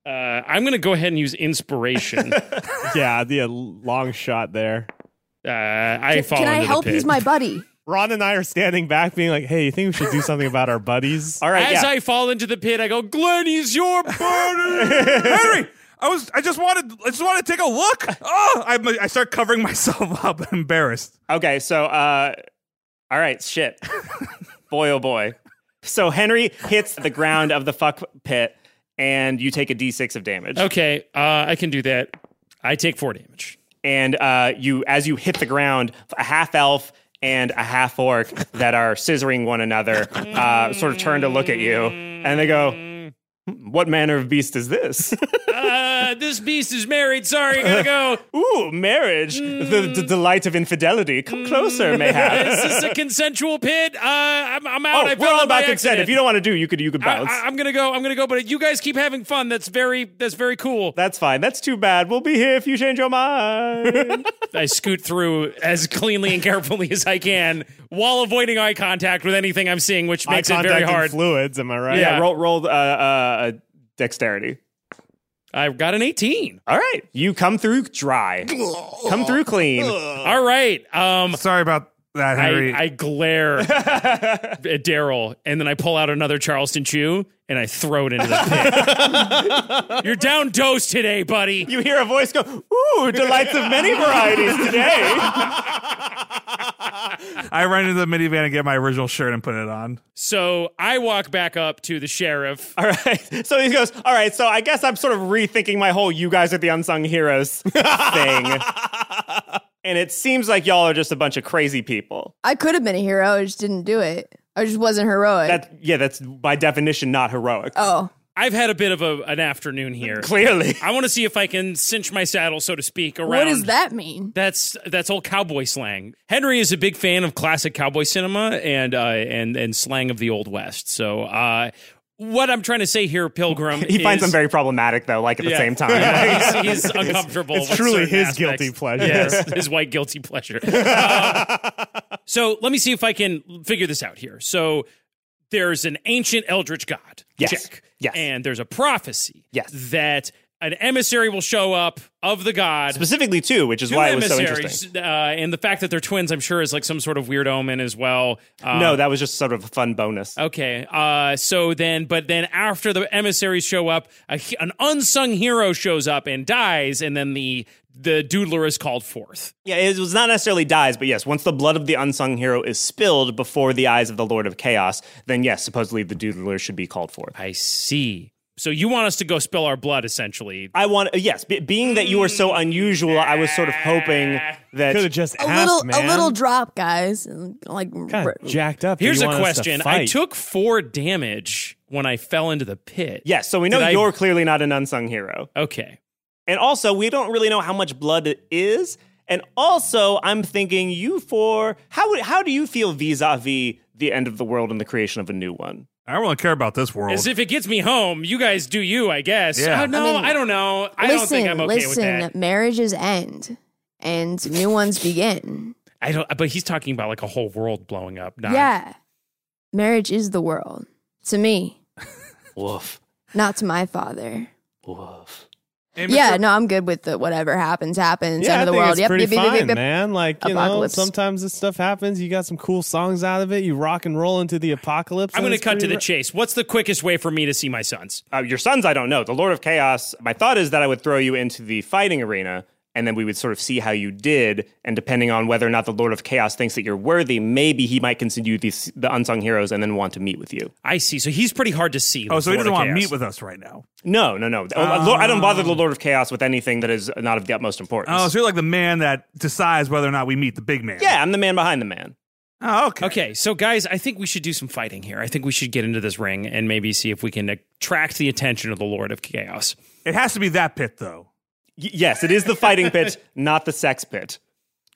Speaker 7: Uh, I'm going to go ahead and use inspiration.
Speaker 2: yeah, the uh, long shot there.
Speaker 7: Uh, I
Speaker 2: fall
Speaker 6: Can I help? He's my buddy.
Speaker 2: Ron and I are standing back, being like, "Hey, you think we should do something about our buddies?"
Speaker 5: All
Speaker 7: As I fall into the pit, I go, Glenn, he's your buddy.
Speaker 4: Henry, I was I just wanted I just wanted to take a look. Oh, I'm, I start covering myself up, embarrassed.
Speaker 5: Okay, so uh all right, shit. boy oh boy. So Henry hits the ground of the fuck pit and you take a d6 of damage.
Speaker 7: okay, uh, I can do that. I take four damage.
Speaker 5: And uh you as you hit the ground, a half elf and a half orc that are scissoring one another uh sort of turn to look at you and they go, "Hmm, "What manner of beast is this?"
Speaker 7: Uh, this beast is married. Sorry, gotta go.
Speaker 5: Ooh, marriage. The, the delight of infidelity. Come closer,
Speaker 7: Is
Speaker 5: mayhaps.
Speaker 7: Mm. this a consensual pit? Uh, I'm, I'm out.
Speaker 5: Oh,
Speaker 7: I fell
Speaker 5: we're all
Speaker 7: in by
Speaker 5: about consent.
Speaker 7: accident.
Speaker 5: If you don't want to do, you could you could bounce.
Speaker 7: I, am gonna go. I'm gonna go. But you guys keep having fun. That's very. That's very cool.
Speaker 5: That's fine. That's too bad. We'll be here if you change your mind.
Speaker 7: I scoot through as cleanly and carefully as I can while avoiding eye contact with anything I'm seeing, which
Speaker 2: Eye
Speaker 7: makes it very
Speaker 2: contact and
Speaker 7: hard.
Speaker 2: fluids, am I right?
Speaker 7: Yeah.
Speaker 5: yeah, roll roll uh, uh, dexterity.
Speaker 7: I got an 18.
Speaker 5: All right, you come through dry, come through clean.
Speaker 7: All right. Um,
Speaker 4: Sorry about That Henry-
Speaker 7: I, I glare at Daryl, and then I pull out another Charleston Chew and I throw it into the pit. You're down dose today, buddy.
Speaker 5: You hear a voice go, "Ooh, delights of many varieties today."
Speaker 4: I run into the minivan and get my original shirt and put it on.
Speaker 7: So I walk back up to the sheriff.
Speaker 5: All right. So he goes, All right, so I guess I'm sort of rethinking my whole you guys are the unsung heroes thing. and it seems like y'all are just a bunch of crazy people.
Speaker 6: I could have been a hero. I just didn't do it. I just wasn't heroic.
Speaker 5: That yeah, that's by definition not heroic.
Speaker 6: oh,
Speaker 7: I've had a bit of a, an afternoon here.
Speaker 5: Clearly.
Speaker 7: I want to see if I can cinch my saddle, so to speak, around.
Speaker 6: what does that mean?
Speaker 7: That's that's all cowboy slang. Henry is a big fan of classic cowboy cinema and uh, and and slang of the old west. So uh, what I'm trying to say here, Pilgrim,
Speaker 5: He finds
Speaker 7: is-
Speaker 5: them very problematic though, like at the
Speaker 7: Yeah.
Speaker 5: same time.
Speaker 7: Yeah, he's, he's uncomfortable.
Speaker 5: it's
Speaker 7: with
Speaker 5: truly
Speaker 7: certain
Speaker 5: his
Speaker 7: aspects.
Speaker 5: guilty pleasure.
Speaker 7: Yes, his white guilty pleasure. Um, so let me see if I can figure this out here. So there's an ancient eldritch god.
Speaker 5: Yes.
Speaker 7: Check. Yes. And there's a prophecy.
Speaker 5: Yes.
Speaker 7: That an emissary will show up of the god.
Speaker 5: Specifically too, which is
Speaker 7: Two
Speaker 5: why it was so
Speaker 7: emissaries,
Speaker 5: interesting.
Speaker 7: Uh, and the fact that they're twins, I'm sure, is like some sort of weird omen as well. Um,
Speaker 5: no, that was just sort of a fun bonus.
Speaker 7: Okay. Uh, so then, but then after the emissaries show up, a, he- an unsung hero shows up and dies, and then the the doodler is called forth.
Speaker 5: Yeah, it was not necessarily dies, but yes, once the blood of the unsung hero is spilled before the eyes of the Lord of Chaos, then yes, supposedly the doodler should be called forth.
Speaker 7: I see. So you want us to go spill our blood, essentially?
Speaker 5: I want yes, be, being that you are so
Speaker 7: Hmm.
Speaker 5: unusual, I was sort of hoping that
Speaker 7: Could've just
Speaker 6: A little, a little drop, guys. And, Like r-
Speaker 2: jacked up.
Speaker 7: Here's
Speaker 5: You
Speaker 7: a
Speaker 5: want us to
Speaker 7: question. I
Speaker 5: fight.
Speaker 7: took four damage when I fell into the pit.
Speaker 5: Yes, so we know
Speaker 7: Did I-
Speaker 5: you're clearly not an unsung hero.
Speaker 7: Okay.
Speaker 5: And also, we don't really know how much blood it is. And also, I'm thinking you for how would- how do you feel vis-a-vis the end of the world and the creation of a new one?
Speaker 4: I don't really care about this world.
Speaker 7: As if it gets me home, you guys do you, I guess.
Speaker 4: Yeah.
Speaker 7: Uh, no,
Speaker 6: I
Speaker 7: I,
Speaker 6: mean,
Speaker 7: don't know. I
Speaker 6: listen,
Speaker 7: don't think I'm okay
Speaker 6: listen.
Speaker 7: with that.
Speaker 6: Marriages end, and new ones begin.
Speaker 7: I don't. But he's talking about like a whole world blowing up. Not,
Speaker 6: Yeah, marriage is the world to me,
Speaker 5: Woof.
Speaker 6: not to my father.
Speaker 5: Woof.
Speaker 6: yeah, no, I'm good with the whatever happens happens. end
Speaker 2: Yeah, I
Speaker 6: of the
Speaker 2: think
Speaker 6: world.
Speaker 2: it's
Speaker 6: yep,
Speaker 2: pretty
Speaker 6: yep, yep,
Speaker 2: fine,
Speaker 6: yep, yep.
Speaker 2: man. Like you
Speaker 6: Apocalypse.
Speaker 2: know, sometimes this stuff happens. You got some cool songs out of it. You rock and roll into the apocalypse.
Speaker 7: I'm going
Speaker 2: and
Speaker 7: to
Speaker 2: it's
Speaker 7: cut to
Speaker 2: pretty
Speaker 7: the
Speaker 2: ra-
Speaker 7: chase. What's the quickest way for me to see my sons?
Speaker 5: Uh, your sons, I don't know. The Lord of Chaos. My thought is that I would throw you into the fighting arena, and then we would sort of see how you did. And depending on whether or not the Lord of Chaos thinks that you're worthy, maybe he might consider you the, the unsung heroes and then want to meet with you.
Speaker 7: I see. So he's pretty hard to see.
Speaker 4: oh,
Speaker 7: the
Speaker 4: so he
Speaker 7: Lord
Speaker 4: doesn't
Speaker 7: of
Speaker 4: want to
Speaker 7: Chaos.
Speaker 4: meet with us right now.
Speaker 5: No, no, no. Uh, Lord- I don't bother the Lord of Chaos with anything that is not of the utmost importance.
Speaker 4: Oh, so you're like the man that decides whether or not we meet the big man.
Speaker 5: yeah, I'm the man behind the man.
Speaker 4: Oh, okay.
Speaker 7: Okay, so guys, I think we should do some fighting here. I think we should get into this ring and maybe see if we can attract the attention of the Lord of Chaos.
Speaker 4: It has to be that pit though.
Speaker 5: Y- yes, it is the fighting pit, not the sex pit.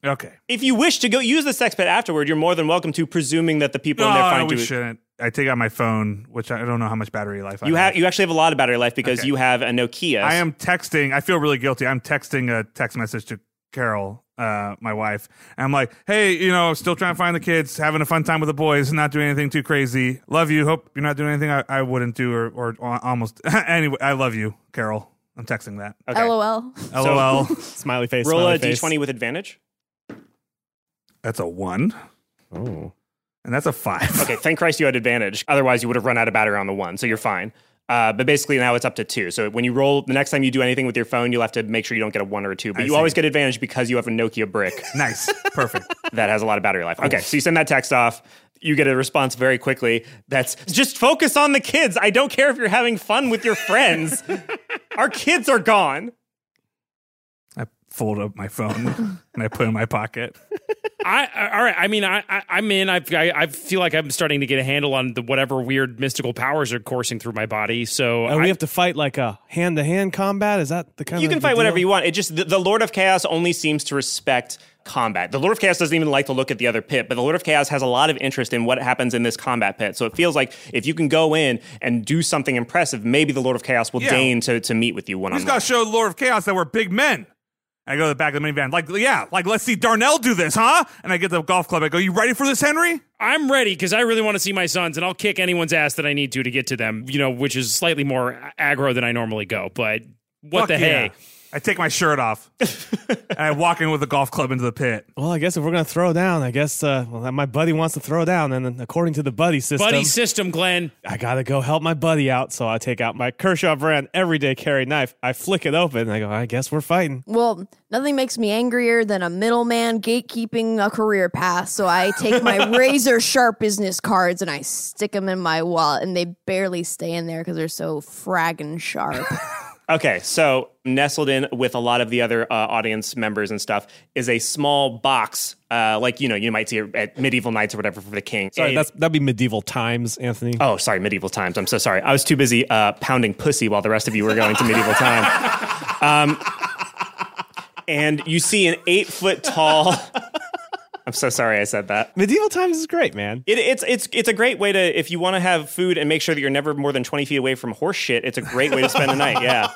Speaker 4: Okay.
Speaker 5: If you wish to go use the sex pit afterward, you're more than welcome to, presuming that the people
Speaker 4: No,
Speaker 5: in there
Speaker 4: no,
Speaker 5: find
Speaker 4: we
Speaker 5: you.
Speaker 4: shouldn't. I take out my phone, which I don't know how much battery life
Speaker 5: You
Speaker 4: I
Speaker 5: have you actually have a lot of battery life because
Speaker 4: Okay.
Speaker 5: you have a Nokia.
Speaker 4: I am texting. I feel really guilty. I'm texting a text message to Carol, uh, my wife. And I'm like, hey, you know, still trying to find the kids, having a fun time with the boys, not doing anything too crazy. Love you. Hope you're not doing anything I, I wouldn't do or, or al- almost. anyway, I love you, Carol. I'm texting that.
Speaker 5: Okay.
Speaker 6: LOL.
Speaker 4: LOL.
Speaker 2: smiley face.
Speaker 5: Roll
Speaker 2: smiley
Speaker 5: a
Speaker 2: face.
Speaker 5: d20 with advantage.
Speaker 4: That's a one.
Speaker 2: Oh.
Speaker 4: And that's a five.
Speaker 5: Okay, thank Christ you had advantage. Otherwise, you would have run out of battery on the one, so you're fine. Uh, but basically, now it's up to two. So when you roll, the next time you do anything with your phone, you'll have to make sure you don't get a one or a two. But
Speaker 4: I
Speaker 5: you
Speaker 4: see.
Speaker 5: always get advantage because you have a Nokia brick
Speaker 4: Nice. Perfect.
Speaker 5: that has a lot of battery life. Okay, so you send that text off. You get a response very quickly that's just focus on the kids. I don't care if you're having fun with your friends. Our kids are gone.
Speaker 4: I fold up my phone and I put it in my pocket.
Speaker 7: I, I all right. I mean, I, I I'm in. I've, I I feel like I'm starting to get a handle on the whatever weird mystical powers are coursing through my body.
Speaker 4: Oh.
Speaker 7: So
Speaker 2: And
Speaker 7: I-
Speaker 2: Oh, we have to fight like a hand to hand combat. Is that the kind
Speaker 5: You
Speaker 2: of
Speaker 5: can fight whatever you want. It just the, the Lord of Chaos only seems to respect combat. The Lord of Chaos doesn't even like to look at the other pit, but the Lord of Chaos has a lot of interest in what happens in this combat pit. So it feels like if you can go in and do something impressive, maybe the Lord of Chaos will
Speaker 4: Yeah.
Speaker 5: deign to, to meet with you one
Speaker 4: We
Speaker 5: on
Speaker 4: just got
Speaker 5: one.
Speaker 4: to show the Lord of Chaos that we're big men. I go to the back of the minivan, like, yeah, like, let's see Darnell do this, huh? And I get the golf club. I go, you ready for this, Henry?
Speaker 7: I'm ready because I really want to see my sons, and I'll kick anyone's ass that I need to to get to them. You know, which is slightly more aggro than I normally go. But what
Speaker 4: Fuck
Speaker 7: the
Speaker 4: yeah.
Speaker 7: hey?
Speaker 4: I take my shirt off and I walk in with a golf club into the pit.
Speaker 2: Well, I guess if we're gonna throw down, I guess uh, well, my buddy wants to throw down, and then according to the buddy system,
Speaker 7: Buddy system, Glenn.
Speaker 2: I gotta go help my buddy out. So I take out my Kershaw brand everyday carry knife. I flick it open, and I go, I guess we're fighting.
Speaker 6: Well, nothing makes me angrier than a middleman gatekeeping a career path. So I take my razor sharp business cards and I stick them in my wallet, and they barely stay in there because they're so fragging sharp.
Speaker 5: Okay, so nestled in with a lot of the other uh, audience members and stuff is a small box, uh, like you know you might see at medieval knights or whatever for the king.
Speaker 2: Sorry,
Speaker 5: It-
Speaker 2: that's that'd be medieval times, Anthony.
Speaker 5: oh, sorry, medieval times. I'm so sorry. I was too busy uh, pounding pussy while the rest of you were going to medieval time. Um, and you see an eight foot tall. I'm so sorry I said that.
Speaker 2: Medieval times is great, man.
Speaker 5: It, it's it's it's a great way to if you want to have food and make sure that you're never more than twenty feet away from horse shit. It's a great way to spend the night. Yeah.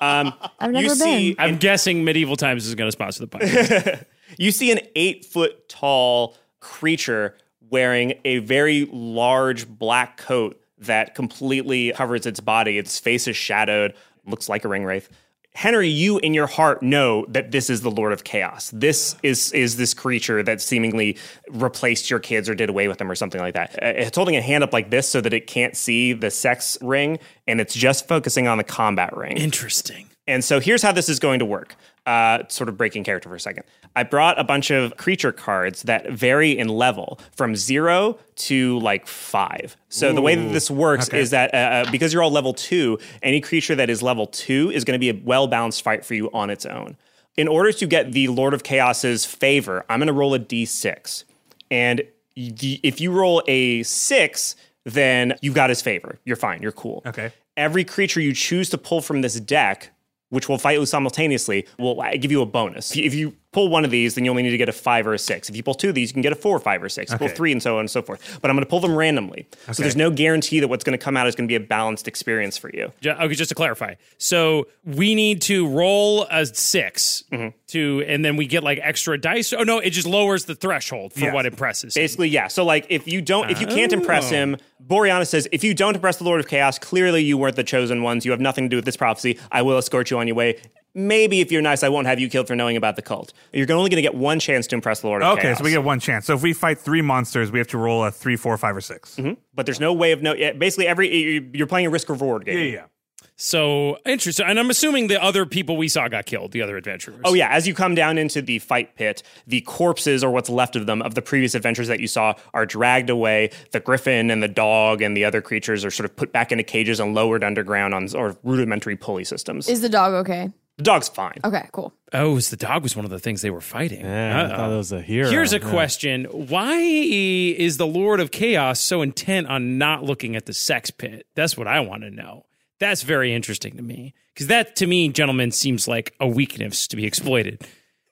Speaker 5: Um,
Speaker 6: I've
Speaker 5: you see,
Speaker 7: I'm guessing Medieval Times is going to sponsor the podcast.
Speaker 5: you see an eight foot tall creature wearing a very large black coat that completely covers its body. Its face is shadowed, looks like a ring wraith. Henry, you in your heart know that this is the Lord of Chaos. This is is this creature that seemingly replaced your kids or did away with them or something like that. Uh, It's holding a hand up like this so that it can't see the sex ring, and it's just focusing on the combat ring.
Speaker 7: Interesting.
Speaker 5: And so here's how this is going to work. Uh, sort of breaking character for a second. I brought a bunch of creature cards that vary in level from zero to like five. So the way that
Speaker 14: Ooh,
Speaker 5: this works
Speaker 14: okay.
Speaker 5: is that uh, uh, because you're all level two, any creature that is level two is going to be a well balanced fight for you on its own. In order to get the Lord of Chaos's favor, I'm going to roll a d6. And y- the- if you roll a six, then you've got his favor. You're fine. You're cool. Okay. Every creature you choose to pull from this deck, which will fight you simultaneously, will uh, give you a bonus. If you- If you pull one of these, then you only need to get a five or a six. If you pull two of these, you can get a four, five, or six. Pull
Speaker 14: Okay.
Speaker 5: three, and so on and so forth. But I'm going to pull them randomly. So
Speaker 7: Okay.
Speaker 5: there's no guarantee that what's going to come out is going to be a balanced experience for you.
Speaker 7: Ju- Okay, Oh, just to clarify. So we need to roll a 6
Speaker 5: Mm-hmm.
Speaker 7: to, and then we get like extra dice. Oh no, it just lowers the threshold for
Speaker 5: Yes.
Speaker 7: what impresses.
Speaker 5: Basically, yeah. So like, if you don't, if you can't impress
Speaker 7: Oh.
Speaker 5: him, Boreana says, if you don't impress the Lord of Chaos, clearly you weren't the chosen ones. You have nothing to do with this prophecy. I will escort you on your way. Maybe if you're nice, I won't have you killed for knowing about the cult. You're only going to get one chance to impress the Lord of
Speaker 4: okay,
Speaker 5: Chaos.
Speaker 4: so we get one chance. So if we fight three monsters, we have to roll a three, four, five, or 6
Speaker 2: Mm-hmm.
Speaker 5: Mhm. But there's no way of no. yeah, Basically, every you- you're playing a risk reward game.
Speaker 4: Yeah, yeah.
Speaker 7: So interesting. And I'm assuming the other people we saw got killed, the other adventurers.
Speaker 5: Oh yeah, as you come down into the fight pit, the corpses or what's left of them of the previous adventures that you saw are dragged away. The griffin and the dog and the other creatures are sort of put back into cages and lowered underground on sort of rudimentary pulley systems.
Speaker 6: Is the dog okay?
Speaker 5: the dog's fine.
Speaker 6: Okay, cool.
Speaker 7: Oh, so the dog was one of the things they were fighting.
Speaker 2: Yeah, I thought it was a hero.
Speaker 7: Here's a
Speaker 2: Yeah.
Speaker 7: question. Why is the Lord of Chaos so intent on not looking at the sex pit? That's what I want to know. That's very interesting to me. Because that, to me, gentlemen, seems like a weakness to be exploited.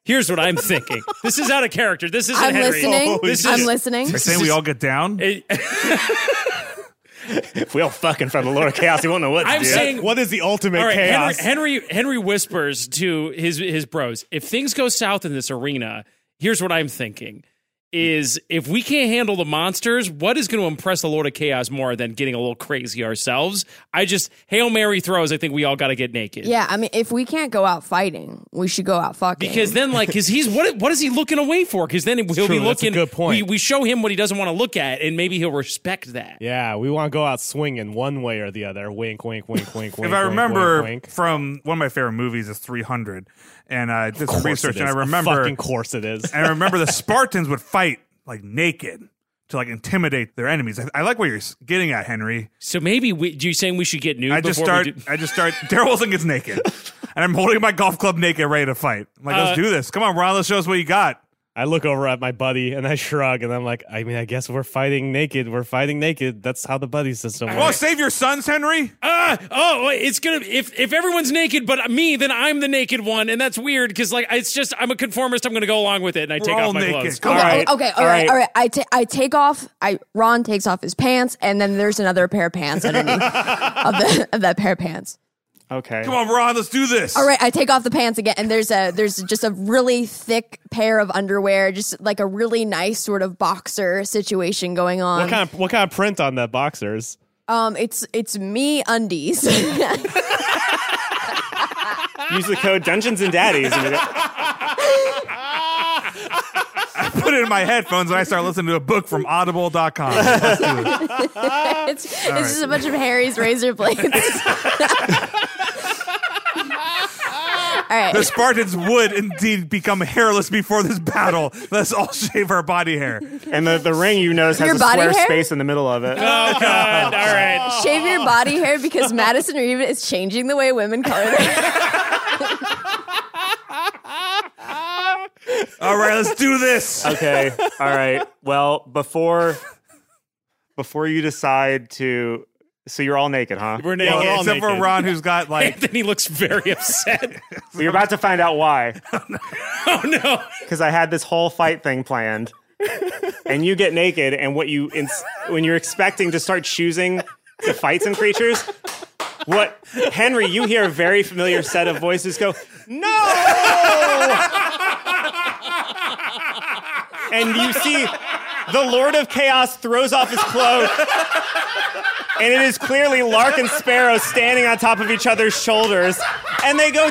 Speaker 7: Here's what I'm thinking. this is out of character. This isn't
Speaker 6: I'm
Speaker 7: Henry.
Speaker 6: listening.
Speaker 7: This
Speaker 6: I'm
Speaker 7: is-
Speaker 6: listening.
Speaker 4: They're saying we all get down.
Speaker 5: if we all fucking from the Lord of Chaos, you won't know what to
Speaker 7: I'm
Speaker 5: do.
Speaker 7: saying
Speaker 2: what is the ultimate
Speaker 7: All right, Henry, Henry Henry whispers to his his bros, if things go south in this arena, here's what I'm thinking. Is if we can't handle the monsters, what is going to impress the Lord of Chaos more than getting a little crazy ourselves? I just Hail Mary throws. I think we all got to get naked.
Speaker 6: Yeah, I mean, if we can't go out fighting, we should go out fucking.
Speaker 7: Because then, like, because he's what? What is he looking away for? Because then he'll be
Speaker 2: true. That's a
Speaker 7: looking.
Speaker 2: good point.
Speaker 7: We, we show him what he doesn't want to look at, and maybe he'll respect that.
Speaker 2: Yeah, we want to go out swinging one way or the other. Wink, wink, wink, wink, wink.
Speaker 4: if I
Speaker 2: wink,
Speaker 4: remember
Speaker 2: wink, wink.
Speaker 4: from one of my favorite movies is 300, and I did some
Speaker 2: course
Speaker 4: research,
Speaker 2: it
Speaker 4: and I
Speaker 2: is. Of
Speaker 4: remember,
Speaker 2: fucking course it is.
Speaker 4: and I remember the Spartans would fight like naked to like intimidate their enemies. I, I like what you're s- getting at, Henry.
Speaker 7: So maybe we, do you saying we should get nude?
Speaker 4: I just
Speaker 7: before we
Speaker 4: start.
Speaker 7: do-
Speaker 4: I just start. Daryl Wilson gets naked, and I'm holding my golf club naked, ready to fight. I'm like, let's
Speaker 2: Uh,
Speaker 4: do this. Come on, Ron. Let's show us what you got.
Speaker 2: I look over at my buddy and I shrug and I'm like, I mean, I guess we're fighting naked. We're fighting naked. That's how the buddy system
Speaker 1: Oh,
Speaker 4: Well,
Speaker 2: works.
Speaker 4: save your sons, Henry.
Speaker 7: Ah, oh, wait, it's gonna if if everyone's naked but me, then I'm the naked one, and that's weird because like it's just I'm a conformist. I'm gonna go along with it, and I
Speaker 4: We're
Speaker 7: take
Speaker 4: all
Speaker 7: off my
Speaker 4: naked.
Speaker 7: clothes.
Speaker 4: Come
Speaker 6: okay, okay, all right, all right. I, ta- I take off. I Ron takes off his pants, and then there's another pair of pants underneath of, the, of that pair of pants.
Speaker 5: Okay.
Speaker 4: Come on, Ron. Let's do this.
Speaker 6: All right, I take off the pants again, and there's a there's just a really thick pair of underwear, just like a really nice sort of boxer situation going on.
Speaker 2: What kind of what kind of print on the boxers?
Speaker 6: Um, it's it's me undies.
Speaker 5: Use the code Dungeons and Daddies. And you go,
Speaker 4: I put it in my headphones and I start listening to a book from audible.com. Let's do it.
Speaker 6: it's it's
Speaker 4: All
Speaker 6: just
Speaker 4: right.
Speaker 6: a bunch of Harry's razor blades. All right.
Speaker 4: The Spartans would indeed become hairless before this battle. Let's all shave our body hair.
Speaker 5: And the, the ring you notice has
Speaker 6: Your
Speaker 5: a
Speaker 6: body
Speaker 5: square
Speaker 6: hair?
Speaker 5: space in the middle of it.
Speaker 7: Oh, God. All right.
Speaker 6: Shave your body hair because Madison Reed is changing the way women color their hair.
Speaker 4: All right, let's do this.
Speaker 5: Okay. All right. Well, before before you decide to so you're all naked, huh?
Speaker 7: We're naked. We're all
Speaker 4: Except for
Speaker 7: naked.
Speaker 4: Ron, who's got like.
Speaker 7: Anthony looks very upset.
Speaker 5: Well, you're about to find out why.
Speaker 7: oh no.
Speaker 5: Because I had this whole fight thing planned. and you get naked, and what you ins- when you're expecting to start choosing to fight some creatures, what Henry, you hear a very familiar set of voices go, No! and you see the Lord of Chaos throws off his cloak. And it is clearly Lark and Sparrow standing on top of each other's shoulders. And they go,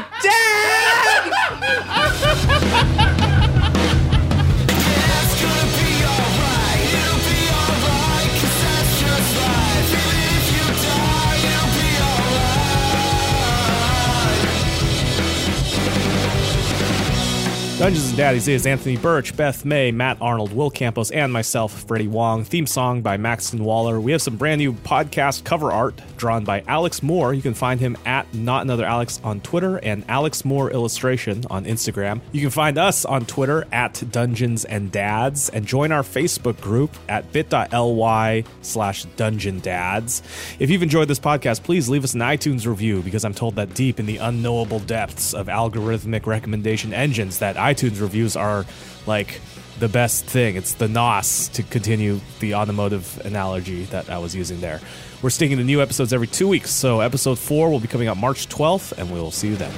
Speaker 2: Dungeons and Daddies is Anthony Birch, Beth May, Matt Arnold, Will Campos, and myself, Freddie Wong. Theme song by Maxton Waller. We have some brand new podcast cover art drawn by Alex Moore. You can find him at Not Another Alex on Twitter and Alex Moore Illustration on Instagram. You can find us on Twitter at Dungeons and Dads and join our Facebook group at bit.ly slash Dungeon Dads. If you've enjoyed this podcast, please leave us an iTunes review because I'm told that deep in the unknowable depths of algorithmic recommendation engines that iTunes reviews are like the best thing. It's the NOS to continue the automotive analogy that I was using there. We're sticking to new episodes every two weeks, so episode four will be coming out March 12th, and we'll see you then.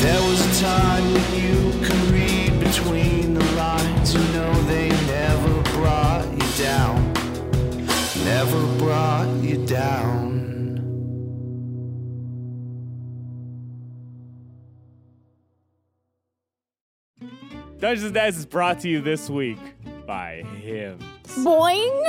Speaker 8: There was a time when you could read between the lines. You know they never brought you down. Never brought you down.
Speaker 1: Dungeons and Dads is brought to you this week by him.
Speaker 11: Boing.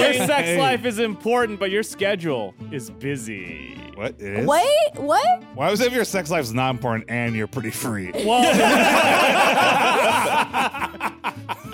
Speaker 1: Your sex life is important, but your schedule is busy.
Speaker 12: What? It is?
Speaker 11: Wait, what?
Speaker 12: Why was it if your sex life's not important and you're pretty free?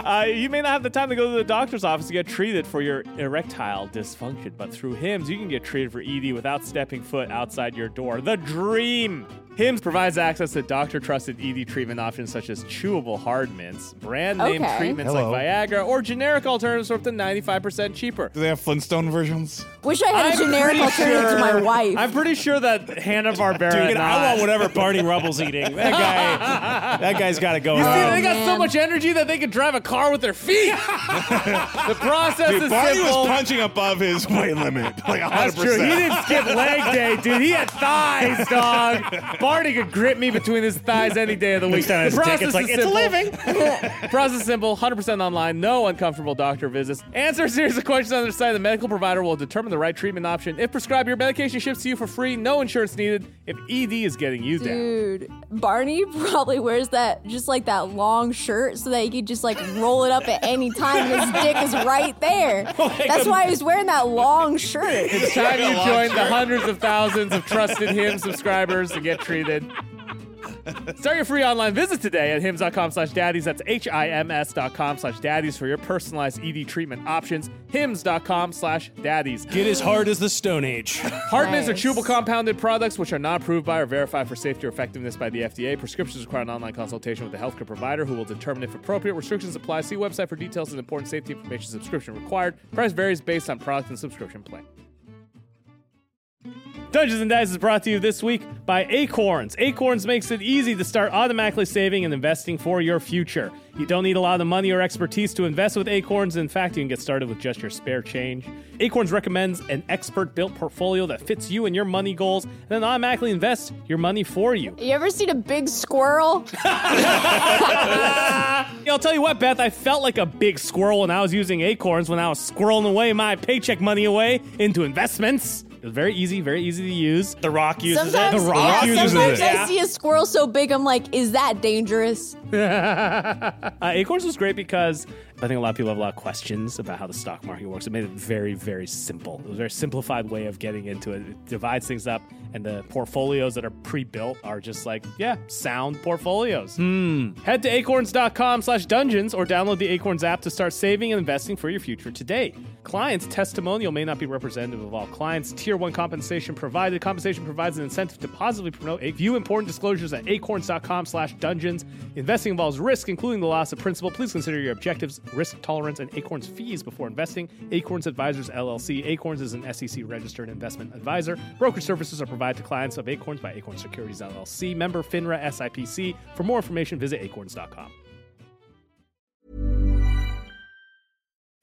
Speaker 1: Uh, you may not have the time to go to the doctor's office to get treated for your erectile dysfunction, but through HIMS, you can get treated for ED without stepping foot outside your door. The dream! HIMS provides access to doctor trusted ED treatment options such as chewable hard mints, brand name
Speaker 11: Okay.
Speaker 1: treatments
Speaker 12: Hello.
Speaker 1: like Viagra, or generic alternatives for up to 95% cheaper.
Speaker 12: Do they have Flintstone versions?
Speaker 11: Wish I had a
Speaker 1: I'm
Speaker 11: generic
Speaker 1: pretty
Speaker 11: alternative to my
Speaker 1: sure-
Speaker 11: wife.
Speaker 1: I'm pretty sure that Hanna Barbera.
Speaker 13: Dude, I want whatever Barney Rubble's eating. That guy, that guy's got to go.
Speaker 1: You see,
Speaker 11: Oh,
Speaker 13: home.
Speaker 1: they got so much energy that they could drive a car with their feet. the process
Speaker 12: Dude,
Speaker 1: is
Speaker 12: Barney
Speaker 1: simple.
Speaker 12: was punching above his weight limit, like 100.
Speaker 1: That's true. He didn't skip leg day, dude. He had thighs, dog. Barney could grip me between his thighs any day of the week.
Speaker 13: time
Speaker 1: The
Speaker 13: his dick, it's like, "It's a
Speaker 1: living. process is simple, 100% online, no uncomfortable doctor visits. Answer a series of questions on their site. The medical provider will determine the right treatment option. If prescribed, your medication ships to you for free, no insurance needed. If ED is getting you down.
Speaker 11: Dude, Barney probably wears that just like that long shirt so that he could just like roll it up at any time. and His dick is right there. That's why he was wearing that long shirt.
Speaker 1: Oh It's time you join the hundreds of thousands of trusted Hims subscribers to get treated. Start your free online visit today at hims.com slash daddies. That's H-I-M-S dot com slash daddies for your personalized ED treatment options. Hims.com slash daddies.
Speaker 13: Get as hard as the Stone Age.
Speaker 1: Hardmans are
Speaker 11: Nice.
Speaker 1: chewable compounded products which are not approved by or verified for safety or effectiveness by the FDA. Prescriptions require an online consultation with a healthcare provider who will determine if appropriate. Restrictions apply. See website for details and important safety information. Subscription required. Price varies based on product and subscription plan. Dungeons and Dice is brought to you this week by Acorns. Acorns makes it easy to start automatically saving and investing for your future. You don't need a lot of money or expertise to invest with Acorns. In fact, you can get started with just your spare change. Acorns recommends an expert built portfolio that fits you and your money goals and then automatically invests your money for you.
Speaker 11: You ever seen a big squirrel?
Speaker 1: Yeah, I'll tell you what, Beth, I felt like a big squirrel when I was using Acorns when I was squirreling away my paycheck money away into investments. It was very easy, very easy to use.
Speaker 5: The Rock
Speaker 1: uses
Speaker 11: Sometimes,
Speaker 1: it.
Speaker 11: yeah, sometimes I see a squirrel so big, I'm like, is that dangerous?
Speaker 1: Uh, Acorns was great because I think a lot of people have a lot of questions about how the stock market works. It made it very, very simple. It was a very simplified way of getting into it. It divides things up, and the portfolios that are pre-built are just like, yeah, sound portfolios. Head to acorns.com slash dungeons or download the Acorns app to start saving and investing for your future today. Client's testimonial may not be representative of all clients. Tier 1 compensation provided. Compensation provides an incentive to positively promote. A- View important disclosures at acorns.com slash dungeons. Investing involves risk, including the loss of principal. Please consider your objectives, risk tolerance, and Acorns fees before investing. Acorns Advisors LLC. Acorns is an SEC registered investment advisor. Broker services are provided to clients of Acorns by Acorn Securities LLC. Member FINRA SIPC. For more information, visit acorns.com.